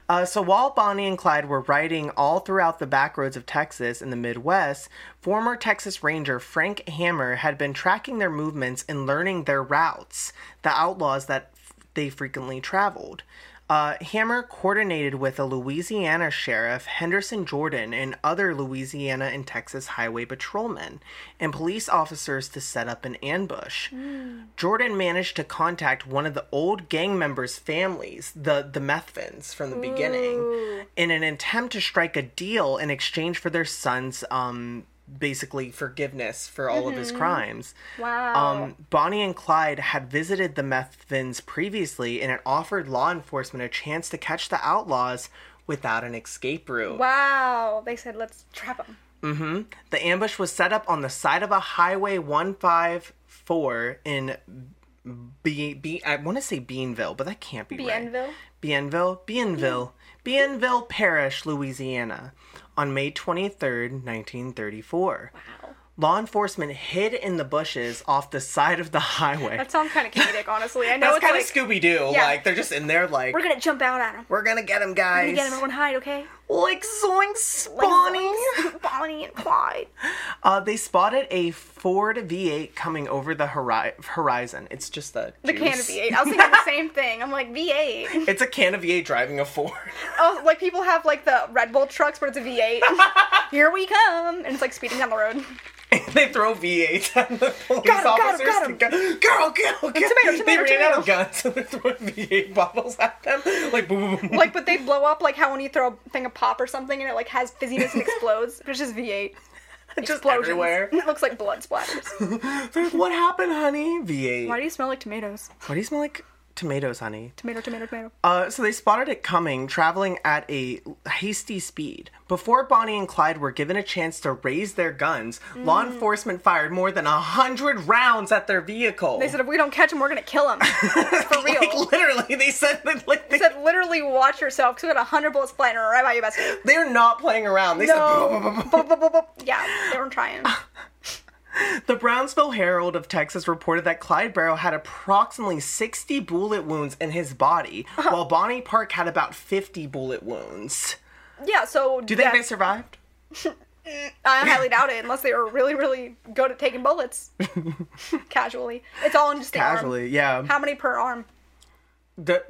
Speaker 1: Uh, so while Bonnie and Clyde were riding all throughout the back roads of Texas in the Midwest, former Texas Ranger Frank Hammer had been tracking their movements and learning their routes, the outlaws that f- they frequently traveled. Uh, Hammer coordinated with a Louisiana sheriff, Henderson Jordan, and other Louisiana and Texas highway patrolmen and police officers to set up an ambush. Jordan managed to contact one of the old gang members' families, the the Methvins, from the beginning, in an attempt to strike a deal in exchange for their son's um basically forgiveness for all of his crimes.
Speaker 2: Wow.
Speaker 1: Um, Bonnie and Clyde had visited the Methvins previously, and it offered law enforcement a chance to catch the outlaws without an escape route.
Speaker 2: wow. They said, let's trap them.
Speaker 1: Mm-hmm. The ambush was set up on the side of a highway 154 in B, B I want to say Beanville, but that can't be
Speaker 2: Bienville.
Speaker 1: right. Bienville, Bienville,
Speaker 2: Mm-hmm.
Speaker 1: Bienville Parish, Louisiana, on May 23rd, 1934.
Speaker 2: Wow.
Speaker 1: Law enforcement hid in the bushes off the side of the highway.
Speaker 2: That sounds kind of comedic, honestly. I know
Speaker 1: That's
Speaker 2: it's
Speaker 1: kind
Speaker 2: like,
Speaker 1: of Scooby Doo.
Speaker 2: Yeah.
Speaker 1: Like they're just in there, like
Speaker 2: we're gonna jump out at him.
Speaker 1: we're gonna get him, guys.
Speaker 2: Again, everyone hide, okay?
Speaker 1: Like zoinks,
Speaker 2: Like,
Speaker 1: Bonnie.
Speaker 2: zoinks. Bonnie and Clyde.
Speaker 1: Uh, they spotted a Ford V8 coming over the hori- horizon. It's just the
Speaker 2: The can of V8. I was thinking the same thing. I'm like, V8.
Speaker 1: It's a can of V8 driving a Ford.
Speaker 2: Oh, like people have like the Red Bull trucks, but it's a V8. Here we come. And it's like speeding down the road.
Speaker 1: And they throw V8s at the police
Speaker 2: Got 'em, got 'em,
Speaker 1: officers.
Speaker 2: got
Speaker 1: to
Speaker 2: 'em.
Speaker 1: go- Girl, girl, girl.
Speaker 2: tomato,
Speaker 1: they ran
Speaker 2: tomato.
Speaker 1: out of guns, so they're throwing V8 bottles at them. Like boom, boom, boom, boom.
Speaker 2: Like, but they blow up like how when you throw a thing of pop or something and it like has fizziness and explodes. But it's just V8.
Speaker 1: just
Speaker 2: Explosions.
Speaker 1: everywhere.
Speaker 2: It looks like blood splatters.
Speaker 1: what happened, honey? V8.
Speaker 2: Why do you smell like tomatoes?
Speaker 1: Why do you smell like Tomatoes, honey.
Speaker 2: Tomato, tomato, tomato.
Speaker 1: Uh, so they spotted it coming, traveling at a hasty speed. Before Bonnie and Clyde were given a chance to raise their guns, law
Speaker 2: Mm.
Speaker 1: enforcement fired more than a hundred rounds at their vehicle.
Speaker 2: They said if we don't catch him, we're gonna kill him. For real.
Speaker 1: like literally, they said that like
Speaker 2: They
Speaker 1: they,
Speaker 2: said literally watch yourself because we got a hundred bullets flying right by your best.
Speaker 1: they're not playing around. They said
Speaker 2: No. Bup, bup, bup, bup. yeah, they weren't trying.
Speaker 1: The Brownsville Herald of Texas reported that Clyde Barrow had approximately 60 bullet wounds in his body,
Speaker 2: Uh-huh.
Speaker 1: while Bonnie Park had about 50 bullet wounds.
Speaker 2: Yeah, so
Speaker 1: Do you think
Speaker 2: yeah,
Speaker 1: they survived?
Speaker 2: I highly doubt it unless they were really, really good at taking bullets casually. It's all in just the
Speaker 1: Casually,
Speaker 2: arm.
Speaker 1: yeah.
Speaker 2: Um, How many per arm?
Speaker 1: The-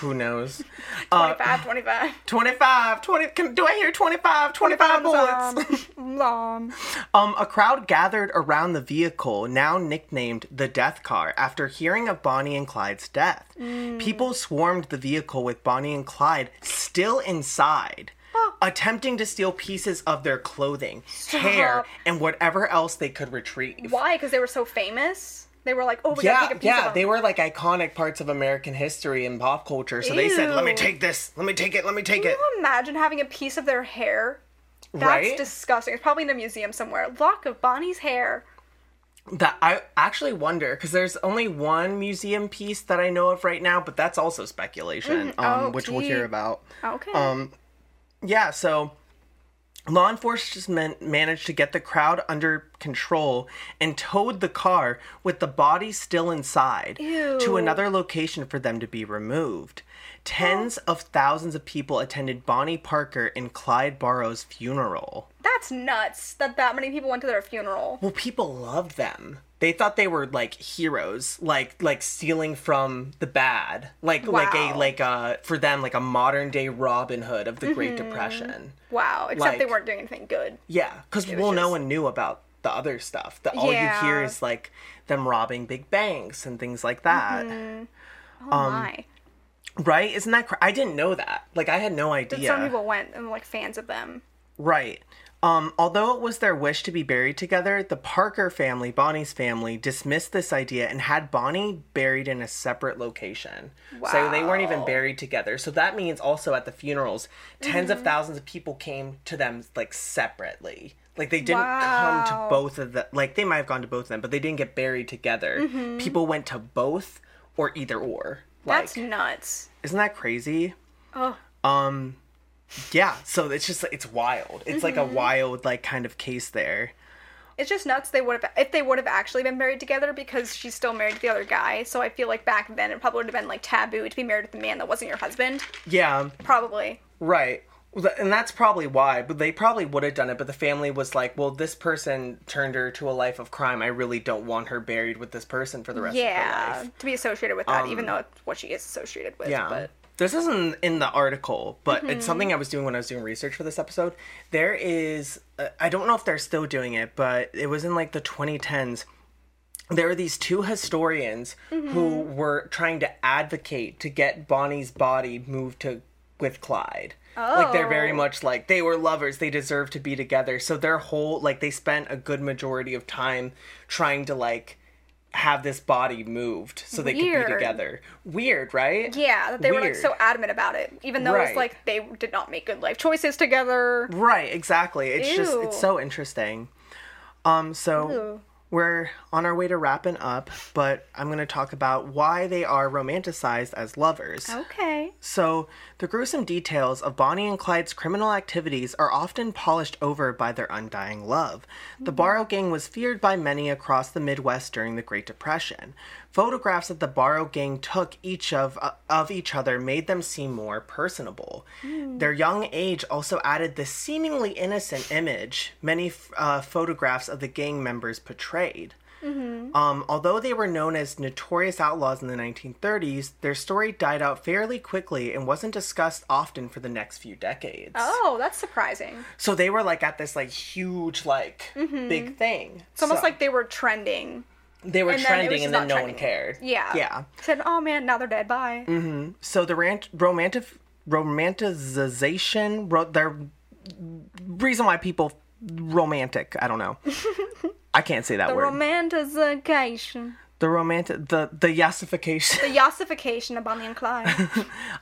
Speaker 1: who knows? Uh,
Speaker 2: 25, 25.
Speaker 1: 25, 20, can, do I hear 25, 25 bullets?
Speaker 2: Long. Long.
Speaker 1: Um, a crowd gathered around the vehicle, now nicknamed the Death Car, after hearing of Bonnie and Clyde's death.
Speaker 2: Mm.
Speaker 1: People swarmed the vehicle with Bonnie and Clyde still inside,
Speaker 2: Oh.
Speaker 1: attempting to steal pieces of their clothing, hair,
Speaker 2: Stop.
Speaker 1: and whatever else they could retrieve.
Speaker 2: Why? Because they were so famous? They were like, oh, we gotta
Speaker 1: Yeah,
Speaker 2: take a piece
Speaker 1: yeah,
Speaker 2: of
Speaker 1: they
Speaker 2: them.
Speaker 1: were like iconic parts of American history and pop culture. So they said, "Let me
Speaker 2: Ew.
Speaker 1: take this. Let me take it. Let me take it."
Speaker 2: Can you imagine having a piece of their hair? That's
Speaker 1: Right?
Speaker 2: disgusting. It's probably in a museum somewhere. Lock of Bonnie's hair.
Speaker 1: That I actually wonder because there's only one museum piece that I know of right now, but that's also speculation, um,
Speaker 2: Oh,
Speaker 1: which we'll
Speaker 2: gee.
Speaker 1: hear about.
Speaker 2: Okay.
Speaker 1: Um, yeah, so law enforcement managed to get the crowd under control and towed the car with the body still inside to
Speaker 2: Ew.
Speaker 1: another location for them to be removed. Tens of thousands of people attended Bonnie Parker and Clyde Barrow's funeral.
Speaker 2: That's nuts that that many people went to their funeral.
Speaker 1: Well, people loved them. They thought they were like heroes, like like stealing from the bad, like like a
Speaker 2: Wow.
Speaker 1: like a for them like a modern day Robin Hood of the Great
Speaker 2: Mm-hmm.
Speaker 1: Depression.
Speaker 2: Wow. Except they
Speaker 1: Like-
Speaker 2: weren't doing anything good.
Speaker 1: Yeah, because well, no one knew about the other stuff. That all you hear
Speaker 2: Yeah.
Speaker 1: is like them robbing big banks and things like that, um,
Speaker 2: Oh my.
Speaker 1: right? Isn't that? Cr- I didn't know that. Like I had no idea.
Speaker 2: Some people went and were like fans of them.
Speaker 1: Right. Um, although it was their wish to be buried together, the Parker family, Bonnie's family, dismissed this idea and had Bonnie buried in a separate location. So they weren't even
Speaker 2: Wow.
Speaker 1: buried together. So that means also at the funerals, 10s
Speaker 2: Mm-hmm.
Speaker 1: of thousands of people came to them like separately. Like they didn't come to
Speaker 2: Wow.
Speaker 1: both of the like they might have gone to both of them, but they didn't get buried together. People went to both or either or. Like
Speaker 2: Mm-hmm. That's nuts.
Speaker 1: isn't that crazy?
Speaker 2: Oh,
Speaker 1: Um, yeah. So it's just it's wild. It's like a
Speaker 2: Mm-hmm.
Speaker 1: wild like kind of case there.
Speaker 2: it's just nuts. They would have if they would have actually been married together because she's still married to the other guy. So I feel like back then it probably would have been like taboo to be married with a man that wasn't your husband.
Speaker 1: Yeah.
Speaker 2: Probably.
Speaker 1: Right. Well, th- And that's probably why, but they probably would have done it. But the family was like, "Well, this person turned her to a life of crime. I really don't want her buried with this person for the rest of her
Speaker 2: Yeah,
Speaker 1: life." Um,
Speaker 2: to be associated with that, even though it's what she is associated with.
Speaker 1: Yeah.
Speaker 2: But Mm-hmm.
Speaker 1: This isn't in the article, but it's something I was doing when I was doing research for this episode. There is, uh, I don't know if they're still doing it, but it was in like the 2010s. There are these two historians who
Speaker 2: Mm-hmm.
Speaker 1: were trying to advocate to get Bonnie's body moved to with Clyde. Like they're very
Speaker 2: Oh.
Speaker 1: much like they were lovers, they deserve to be together. So their whole like they spent a good majority of time trying to like have this body moved so they could
Speaker 2: Weird.
Speaker 1: be together. Weird, right?
Speaker 2: yeah, that they were like so
Speaker 1: Weird.
Speaker 2: adamant about it, even though
Speaker 1: Right.
Speaker 2: it's like they did not make good life choices together.
Speaker 1: Right, exactly. It's just
Speaker 2: Ew.
Speaker 1: it's so interesting. Um so
Speaker 2: Ew.
Speaker 1: we're on our way to wrapping up, but I'm going to talk about why they are romanticized as lovers.
Speaker 2: Okay.
Speaker 1: So, the gruesome details of Bonnie and Clyde's criminal activities are often polished over by their undying love. The Barrow Gang was feared by many across the Midwest during the Great Depression. Photographs that the Barrow Gang took each of uh, of each other made them seem more personable. Their young age also added the seemingly innocent image many f- uh, photographs of the gang members portrayed.
Speaker 2: Mm-hmm.
Speaker 1: Um, although they were known as notorious outlaws in the 1930s, their story died out fairly quickly and wasn't discussed often for the next few decades.
Speaker 2: Oh, that's surprising.
Speaker 1: So they were like at this like huge like big thing.
Speaker 2: Mm-hmm. It's almost like they were trending.
Speaker 1: they were
Speaker 2: and then it was
Speaker 1: trending
Speaker 2: just
Speaker 1: and then
Speaker 2: not
Speaker 1: no one
Speaker 2: trending.
Speaker 1: cared.
Speaker 2: Yeah.
Speaker 1: Yeah. Mm-hmm.
Speaker 2: Said, oh man, now they're dead. Bye.
Speaker 1: So the rant- romantic romanticization ro- their reason why people romantic, I don't know. I can't say that
Speaker 2: The
Speaker 1: word.
Speaker 2: romanticization.
Speaker 1: The romantic, the the yasification.
Speaker 2: The yassification of Bonnie and Clyde.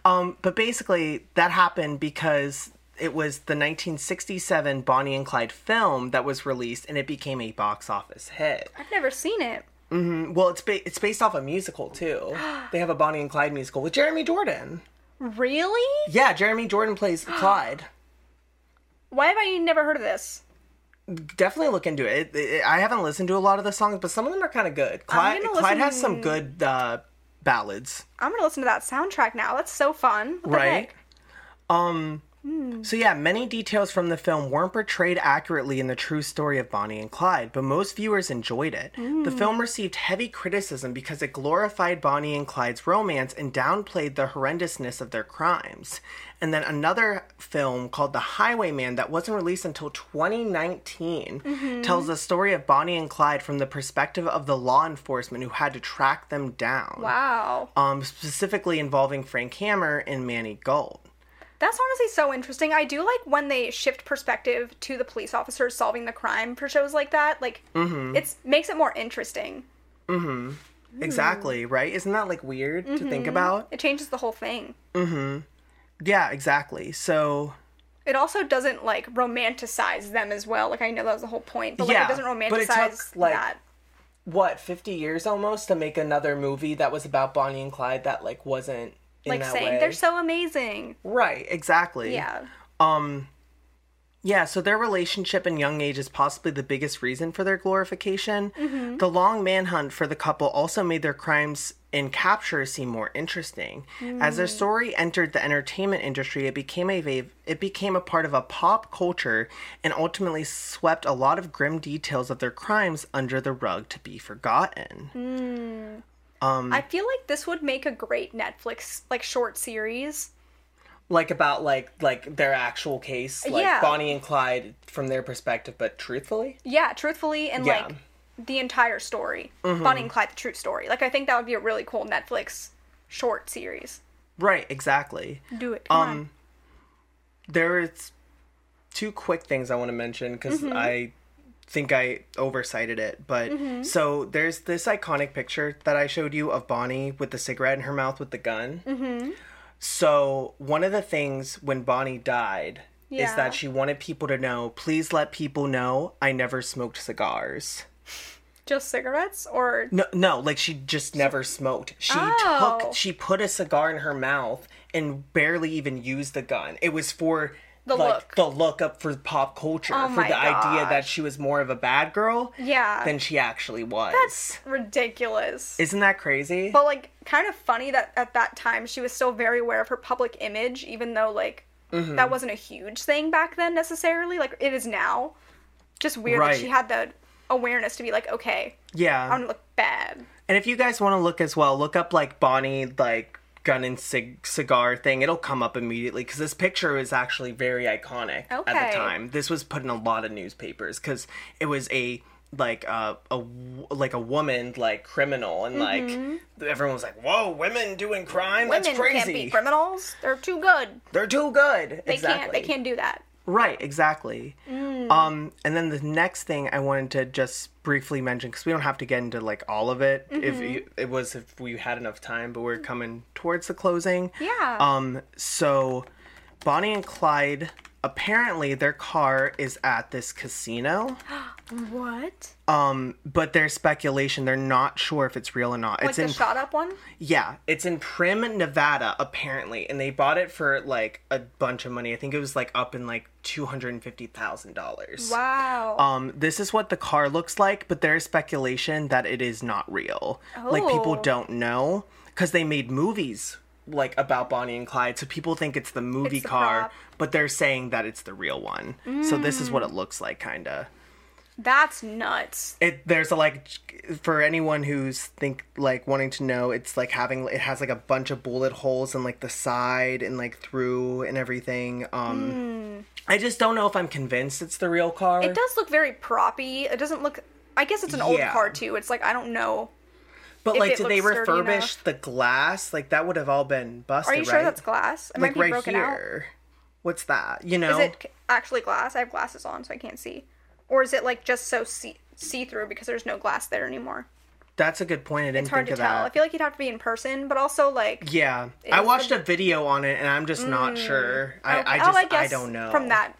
Speaker 1: Um, but basically, that happened because it was the 1967 Bonnie and Clyde film that was released, and it became a box office hit.
Speaker 2: I've never seen it.
Speaker 1: Well, it's ba- it's based off a musical too. They have a Bonnie and Clyde musical with Jeremy Jordan.
Speaker 2: Really?
Speaker 1: Yeah, Jeremy Jordan plays Clyde.
Speaker 2: Why have I never heard of this?
Speaker 1: Definitely look into it. It- it- I haven't listened to a lot of the songs, but some of them are kind of good. Clyde,
Speaker 2: gonna
Speaker 1: Clyde has some
Speaker 2: listen-
Speaker 1: good uh, ballads,
Speaker 2: I'm gonna listen to that soundtrack now. That's so fun. What the
Speaker 1: right?
Speaker 2: heck? Hmm.
Speaker 1: Um. So yeah, many details from the film weren't portrayed accurately in the true story of Bonnie and Clyde, but most viewers enjoyed it. The
Speaker 2: Hmm.
Speaker 1: film received heavy criticism because it glorified Bonnie and Clyde's romance and downplayed the horrendousness of their crimes. And then another film called The Highwayman that wasn't released until 2019
Speaker 2: Mm-hmm.
Speaker 1: tells the story of Bonnie and Clyde from the perspective of the law enforcement who had to track them down.
Speaker 2: Wow.
Speaker 1: Um, specifically involving Frank Hammer and Manny Gold.
Speaker 2: That's honestly so interesting. I do like when they shift perspective to the police officers solving the crime for shows like that. Like,
Speaker 1: Mm-hmm.
Speaker 2: it's makes it more interesting. Hmm.
Speaker 1: Exactly, right? Isn't that like weird to
Speaker 2: Mm-hmm.
Speaker 1: think about?
Speaker 2: It changes the whole thing.
Speaker 1: Yeah, exactly. So,
Speaker 2: It also doesn't like romanticize them as well. Like I know that was the whole point, but like
Speaker 1: Yeah,
Speaker 2: it doesn't
Speaker 1: but it
Speaker 2: romanticize
Speaker 1: took, like-
Speaker 2: that.
Speaker 1: what, 50 years almost to make another movie that was about Bonnie and Clyde that like wasn't in
Speaker 2: Like
Speaker 1: that
Speaker 2: saying
Speaker 1: way? Mm.
Speaker 2: they're so amazing.
Speaker 1: right, exactly.
Speaker 2: Yeah.
Speaker 1: Um, Yeah, so their relationship in young age is possibly the biggest reason for their glorification. The long manhunt for the couple also made their crimes and captures seem more interesting. As their story entered the entertainment industry, it became a va- it became a part of a pop culture and ultimately swept a lot of grim details of their crimes under the rug to be forgotten. Um,
Speaker 2: I feel like this would make a great Netflix like short series.
Speaker 1: Like about like like their actual case, like
Speaker 2: Yeah.
Speaker 1: Bonnie and Clyde from their perspective, but truthfully.
Speaker 2: Yeah, truthfully and
Speaker 1: Yeah. Mm-hmm.
Speaker 2: like the entire story. Bonnie and Clyde the true story. Like I think that would be a really cool Netflix short series.
Speaker 1: Right, exactly.
Speaker 2: Do it. Come on.
Speaker 1: Um, there's two quick things I want to mention because
Speaker 2: Mm-hmm.
Speaker 1: I think I oversighted it. But
Speaker 2: Mm-hmm.
Speaker 1: so there's this iconic picture that I showed you of Bonnie with the cigarette in her mouth with the gun.
Speaker 2: Mm-hmm.
Speaker 1: So one of the things when Bonnie died is
Speaker 2: Yeah.
Speaker 1: that she wanted people to know, please let people know I never smoked cigars.
Speaker 2: Just cigarettes or
Speaker 1: No, no, like she just never smoked. She
Speaker 2: Oh.
Speaker 1: took, she put a cigar in her mouth and barely even used the gun. It was for
Speaker 2: The
Speaker 1: like
Speaker 2: look.
Speaker 1: the look up for pop culture,
Speaker 2: Oh
Speaker 1: for
Speaker 2: my
Speaker 1: the idea that
Speaker 2: gosh.
Speaker 1: she was more of a bad girl
Speaker 2: Yeah.
Speaker 1: than she actually was.
Speaker 2: That's ridiculous.
Speaker 1: Isn't that crazy?
Speaker 2: But like, kind of funny that at that time she was still very aware of her public image, even though like
Speaker 1: Mm-hmm.
Speaker 2: that wasn't a huge thing back then necessarily. Like it is now. Just weird that she
Speaker 1: Right.
Speaker 2: had the awareness to be like, okay,
Speaker 1: yeah.
Speaker 2: I'm gonna look bad.
Speaker 1: and if you guys want to look as well, look up like Bonnie like gun and cig- cigar thing. It'll come up immediately because this picture was actually very iconic at
Speaker 2: Okay.
Speaker 1: the time. This was put in a lot of newspapers because it was a like uh, a w- like a woman like criminal and like everyone was like, "Whoa, women doing crime? That's
Speaker 2: Mm-hmm. Women can't
Speaker 1: crazy.
Speaker 2: be criminals. They're too good.
Speaker 1: They're too good."
Speaker 2: They can't. They can't do that.
Speaker 1: Right, exactly.
Speaker 2: Mm.
Speaker 1: Um, and then the next thing I wanted to just briefly mention because we don't have to get into like all of it.
Speaker 2: Mm-hmm.
Speaker 1: If you, it was if we had enough time, but we're coming towards the closing.
Speaker 2: Yeah.
Speaker 1: Um. So, Bonnie and Clyde apparently their car is at this casino.
Speaker 2: What?
Speaker 1: Um. But there's speculation. They're not sure if it's real or not.
Speaker 2: Like
Speaker 1: it's
Speaker 2: the
Speaker 1: in
Speaker 2: shot up one?
Speaker 1: yeah, it's in Prim, Nevada, apparently, and they bought it for like a bunch of money. I think it was like up in like two hundred and fifty thousand dollars.
Speaker 2: Wow.
Speaker 1: Um, this is what the car looks like, but there is speculation that it is not real. Like people
Speaker 2: Oh.
Speaker 1: don't know because they made movies like about Bonnie and Clyde, so people think it's the movie
Speaker 2: It's the
Speaker 1: car,
Speaker 2: prop. Mm.
Speaker 1: but they're saying that it's the real one. So this is what it looks like, kind of
Speaker 2: That's nuts.
Speaker 1: it there's a like for anyone who's think like wanting to know it's like having it has like a bunch of bullet holes in like the side and like through and everything um i just don't know if i'm convinced it's the real car
Speaker 2: Hmm. It does look very proppy. It doesn't look. I guess it's an old
Speaker 1: uh, Yeah.
Speaker 2: car too. It's like I don't know.
Speaker 1: but
Speaker 2: if
Speaker 1: like
Speaker 2: it
Speaker 1: did they
Speaker 2: looks sturdy
Speaker 1: refurbish
Speaker 2: enough.
Speaker 1: the glass like that would have all been busted
Speaker 2: Are you
Speaker 1: right
Speaker 2: sure that's glass? It
Speaker 1: like
Speaker 2: might be
Speaker 1: right
Speaker 2: broken out.
Speaker 1: here what's that you know
Speaker 2: Is it c- actually glass? I have glasses on, so I can't see. Or is it like just so see see through because there's no glass there anymore?
Speaker 1: That's a good point. I didn't
Speaker 2: It's hard
Speaker 1: think
Speaker 2: to
Speaker 1: of
Speaker 2: tell. I
Speaker 1: that.
Speaker 2: feel like you'd have to be in person, but also like
Speaker 1: Yeah,
Speaker 2: It
Speaker 1: I
Speaker 2: is
Speaker 1: watched a video on it, and I'm just not sure. I,
Speaker 2: Okay.
Speaker 1: I
Speaker 2: Oh,
Speaker 1: just I, don't know
Speaker 2: From that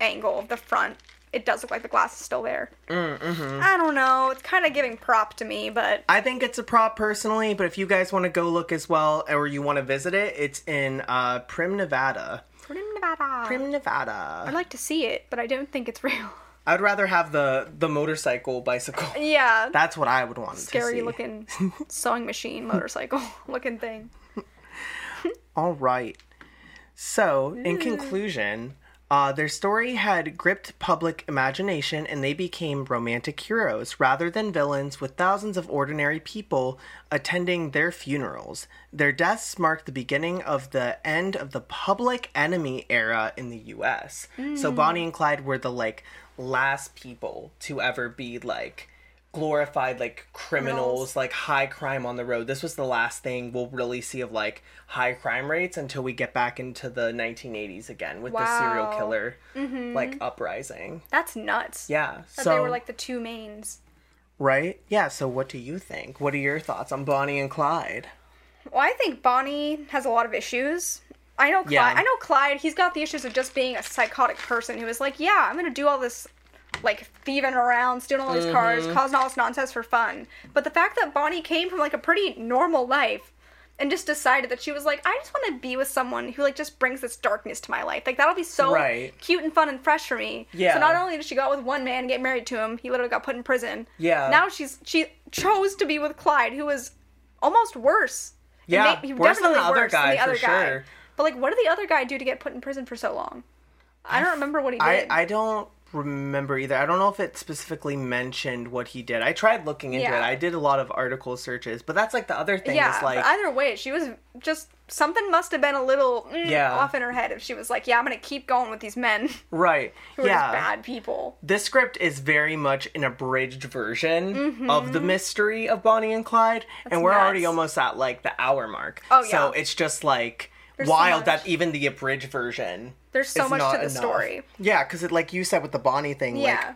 Speaker 2: angle of the front, it does look like the glass is still there.
Speaker 1: Mm-hmm.
Speaker 2: I don't know. It's kind of giving prop to me, but
Speaker 1: I think it's a prop personally, but if you guys want to go look as well, or you want to visit it, it's in uh, Prim, Nevada.
Speaker 2: Prim, Nevada.
Speaker 1: Prim, Nevada.
Speaker 2: I'd like to see it, but I don't think it's real.
Speaker 1: I'd rather have the the motorcycle bicycle.
Speaker 2: yeah,
Speaker 1: That's what I would want to
Speaker 2: scary
Speaker 1: see.
Speaker 2: looking sewing machine motorcycle looking thing.
Speaker 1: All right. So, in conclusion, uh, their story had gripped public imagination and they became romantic heroes rather than villains, with thousands of ordinary people attending their funerals. Their deaths marked the beginning of the end of the public enemy era in the US. So, Bonnie and Clyde were the like last people to ever be like glorified like criminals,
Speaker 2: Criminals.
Speaker 1: like high crime on the road. This was the last thing we'll really see of like high crime rates until we get back into the 1980s again with the serial
Speaker 2: Wow.
Speaker 1: killer like uprising.
Speaker 2: That's nuts.
Speaker 1: Yeah.
Speaker 2: That
Speaker 1: so
Speaker 2: they were like the two mains.
Speaker 1: right? Yeah, so what do you think? What are your thoughts on Bonnie and Clyde?
Speaker 2: Well, I think Bonnie has a lot of issues. I know Clyde.
Speaker 1: Yeah.
Speaker 2: I know Clyde. He's got the issues of just being a psychotic person who is like, yeah, I'm gonna do all this, like thieving around, stealing all these cars,
Speaker 1: Mm-hmm.
Speaker 2: causing all this nonsense for fun. But the fact that Bonnie came from like a pretty normal life and just decided that she was like, I just want to be with someone who like just brings this darkness to my life. Like that'll be so
Speaker 1: Right.
Speaker 2: cute and fun and fresh for me.
Speaker 1: Yeah.
Speaker 2: So not only did she go out with one man and get married to him, he literally got put in prison.
Speaker 1: Yeah.
Speaker 2: Now she's she chose to be with Clyde, who was almost worse. He
Speaker 1: Yeah,
Speaker 2: may- he
Speaker 1: worse than
Speaker 2: definitely
Speaker 1: the other
Speaker 2: worse than
Speaker 1: guy,
Speaker 2: the other
Speaker 1: for
Speaker 2: guy.
Speaker 1: sure.
Speaker 2: But like, what did the other guy do to get put in prison for so long? I don't remember what he did.
Speaker 1: I I don't remember either. I don't know if it specifically mentioned what he did. I tried looking into
Speaker 2: Yeah.
Speaker 1: it. I did a lot of article searches, but that's like the other thing
Speaker 2: yeah,
Speaker 1: is like
Speaker 2: but either way, she was just something must have been a little mm,
Speaker 1: Yeah.
Speaker 2: off in her head if she was like, "Yeah, I'm gonna keep going with these men
Speaker 1: right.
Speaker 2: who are
Speaker 1: yeah.
Speaker 2: just bad people."
Speaker 1: this script is very much an abridged version of the mystery of Bonnie and Clyde, and we're
Speaker 2: Mm-hmm. nuts.
Speaker 1: already almost at like the hour mark.
Speaker 2: Oh,
Speaker 1: so
Speaker 2: yeah.
Speaker 1: it's just like
Speaker 2: There's so
Speaker 1: wild
Speaker 2: much.
Speaker 1: that even the abridged version.
Speaker 2: There's so
Speaker 1: is
Speaker 2: much
Speaker 1: not
Speaker 2: to the
Speaker 1: enough.
Speaker 2: story.
Speaker 1: Yeah, because it like you said with the Bonnie thing,
Speaker 2: Yeah,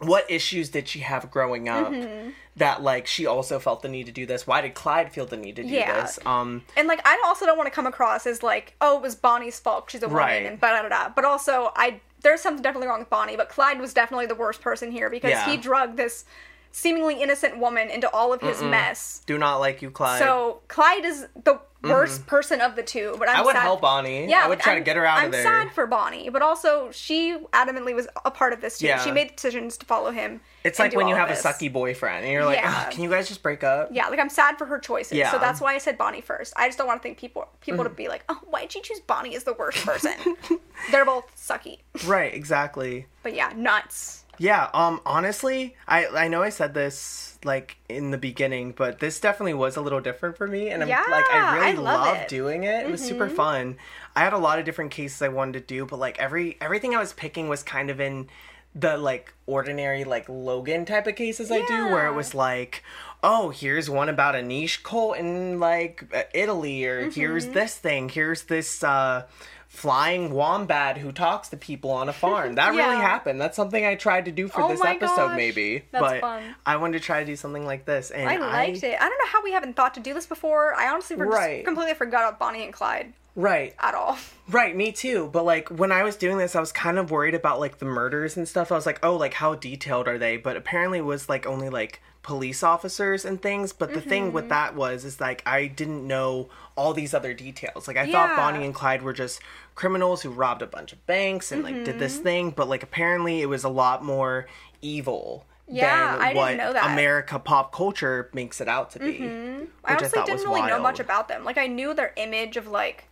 Speaker 1: like what issues did she have growing up
Speaker 2: Mm-hmm.
Speaker 1: that like she also felt the need to do this? Why did Clyde feel the need to do
Speaker 2: Yeah.
Speaker 1: this? Um,
Speaker 2: and like, I also don't want to come across as like, "Oh, it was Bonnie's fault. She's a woman,"
Speaker 1: Right.
Speaker 2: and da da da. But also, I there's something definitely wrong with Bonnie. But Clyde was definitely the worst person here because
Speaker 1: Yeah.
Speaker 2: he drugged this seemingly innocent woman into all of his mess.
Speaker 1: do not like you, Clyde.
Speaker 2: So Clyde is the worst person of the two, but I'm
Speaker 1: Mm-hmm. I would
Speaker 2: sad-
Speaker 1: help Bonnie.
Speaker 2: Yeah,
Speaker 1: I would
Speaker 2: like,
Speaker 1: try
Speaker 2: I'm-
Speaker 1: to get her out
Speaker 2: I'm
Speaker 1: of there.
Speaker 2: sad for Bonnie, but also she adamantly was a part of this too.
Speaker 1: Yeah.
Speaker 2: She made decisions to follow him.
Speaker 1: It's
Speaker 2: and
Speaker 1: like
Speaker 2: do
Speaker 1: when you
Speaker 2: all of
Speaker 1: have a
Speaker 2: this.
Speaker 1: sucky boyfriend and you're like,
Speaker 2: Yeah.
Speaker 1: "Ugh, can you guys just break up?
Speaker 2: Yeah, like I'm sad for her choices.
Speaker 1: Yeah. Mm.
Speaker 2: So that's why I said Bonnie first. I just don't want to think people people to be like, oh, why'd you choose Bonnie as the worst person? They're both sucky.
Speaker 1: Right, exactly.
Speaker 2: But yeah, nuts.
Speaker 1: Yeah, um honestly, I I know I said this like in the beginning, but this definitely was a little different for me and I'm like
Speaker 2: Yeah,
Speaker 1: I really
Speaker 2: I love
Speaker 1: love
Speaker 2: it. Mm-hmm.
Speaker 1: doing it. It was super fun. I had a lot of different cases I wanted to do, but like every everything I was picking was kind of in the like ordinary like Logan type of cases I do where it
Speaker 2: Yeah.
Speaker 1: was like Oh, here's one about a niche cult in like uh, Italy, or
Speaker 2: Mm-hmm.
Speaker 1: here's this thing, here's this uh, flying wombat who talks to people on a farm. That really
Speaker 2: Yeah.
Speaker 1: happened. That's something I tried to do for
Speaker 2: Oh
Speaker 1: this
Speaker 2: my
Speaker 1: episode
Speaker 2: gosh,
Speaker 1: maybe
Speaker 2: that's
Speaker 1: but
Speaker 2: fun.
Speaker 1: i wanted to try to do something like this and
Speaker 2: I liked it. I don't know how we haven't thought to do this before. I honestly for-
Speaker 1: Right.
Speaker 2: just completely forgot about Bonnie and Clyde
Speaker 1: right
Speaker 2: at all.
Speaker 1: right me too but like when i was doing this i was kind of worried about like the murders and stuff i was like oh like how detailed are they but apparently it was like only like police officers and things but the thing
Speaker 2: Mm-hmm.
Speaker 1: with that was is like i didn't know all these other details like i thought
Speaker 2: Yeah.
Speaker 1: bonnie and clyde were just criminals who robbed a bunch of banks and like did
Speaker 2: Mm-hmm.
Speaker 1: this thing but like apparently it was a lot more evil
Speaker 2: Yeah,
Speaker 1: than
Speaker 2: I didn't
Speaker 1: what
Speaker 2: know that. Mm-hmm.
Speaker 1: America pop culture makes it out to be.
Speaker 2: I
Speaker 1: which I
Speaker 2: honestly
Speaker 1: thought was
Speaker 2: didn't really know much
Speaker 1: wild.
Speaker 2: about them. Like I knew their image of like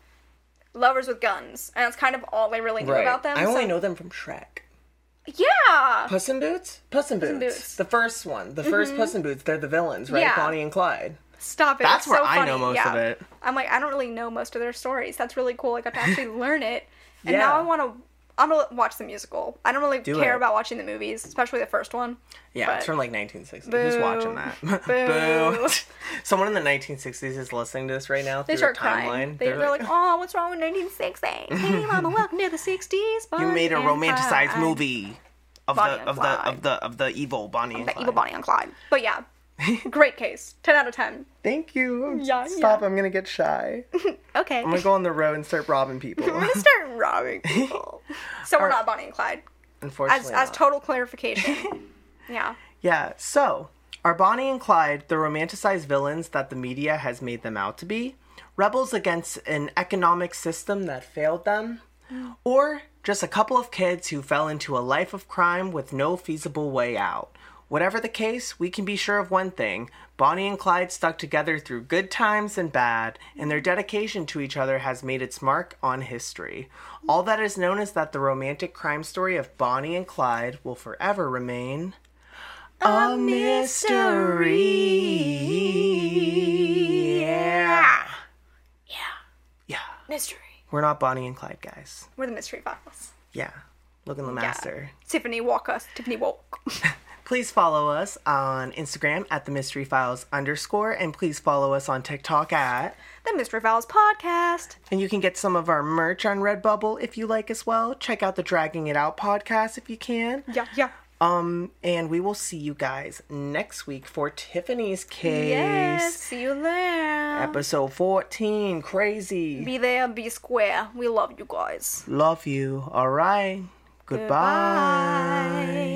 Speaker 2: lovers with guns, and that's kind of all I really knew
Speaker 1: Right.
Speaker 2: about them.
Speaker 1: I only
Speaker 2: so-
Speaker 1: know them from Shrek.
Speaker 2: Yeah.
Speaker 1: Puss in Boots? Puss in Boots.
Speaker 2: in Boots. Mm-hmm.
Speaker 1: The first one. The first Puss in Boots. They're the villains, right?
Speaker 2: Yeah.
Speaker 1: Bonnie and Clyde.
Speaker 2: Stop it.
Speaker 1: That's
Speaker 2: it's
Speaker 1: where
Speaker 2: so
Speaker 1: I
Speaker 2: funny.
Speaker 1: know most
Speaker 2: yeah.
Speaker 1: of it.
Speaker 2: I'm like, I don't really know most of their stories. That's really cool. Like I got to actually learn it, and
Speaker 1: Yeah.
Speaker 2: now I want to. I'm gonna watch the musical. I don't really
Speaker 1: Do
Speaker 2: care
Speaker 1: it.
Speaker 2: about watching the movies, especially the first one.
Speaker 1: Yeah, it's
Speaker 2: But-
Speaker 1: from like 1960. Who's
Speaker 2: Boo.
Speaker 1: watching that?
Speaker 2: Boo.
Speaker 1: Someone in the 1960s is listening to this right now
Speaker 2: They
Speaker 1: through
Speaker 2: start
Speaker 1: a timeline.
Speaker 2: crying. They, they're like, "Oh, what's wrong with 1960? Hey, mama, welcome to the 60s."
Speaker 1: you "Oh, made a
Speaker 2: Bonnie and
Speaker 1: romanticized
Speaker 2: Clyde."
Speaker 1: movie of
Speaker 2: Bonnie
Speaker 1: the
Speaker 2: and
Speaker 1: of the
Speaker 2: Clyde.
Speaker 1: of the of the evil Bonnie and
Speaker 2: The
Speaker 1: Clyde.
Speaker 2: evil Bonnie and Clyde. But yeah, Great case. 10 out of 10.
Speaker 1: Thank you.
Speaker 2: Yeah,
Speaker 1: Stop,
Speaker 2: yeah.
Speaker 1: I'm gonna get shy.
Speaker 2: Okay.
Speaker 1: I'm gonna go on the road and start robbing people.
Speaker 2: I'm gonna start robbing people. So we're
Speaker 1: Alright.
Speaker 2: not Bonnie and Clyde.
Speaker 1: Unfortunately.
Speaker 2: As as
Speaker 1: not.
Speaker 2: total clarification. yeah.
Speaker 1: Yeah, so are Bonnie and Clyde the romanticized villains that the media has made them out to be? Rebels against an economic system that failed them? Or just a couple of kids who fell into a life of crime with no feasible way out? Whatever the case, we can be sure of one thing Bonnie and Clyde stuck together through good times and bad, and their dedication to each other has made its mark on history. All that is known is that the romantic crime story of Bonnie and Clyde will forever remain. A mystery. Yeah. Yeah.
Speaker 2: Mystery.
Speaker 1: We're not Bonnie and Clyde guys.
Speaker 2: We're the mystery files.
Speaker 1: Yeah. Look in the master.
Speaker 2: Tiffany walk us. Tiffany walk.
Speaker 1: Please follow us on Instagram at the mystery files underscore and please follow us on TikTok at
Speaker 2: the Mystery Files podcast.
Speaker 1: and you can get some of our merch on Redbubble if you like as well. Check out the Dragging It Out podcast if you can.
Speaker 2: Yeah, yeah.
Speaker 1: Um and we will see you guys next week for Tiffany's case.
Speaker 2: Yes. See you there.
Speaker 1: Episode 14. Crazy.
Speaker 2: be there, be square. We love you guys.
Speaker 1: Love you. All right. Goodbye.
Speaker 2: Bye.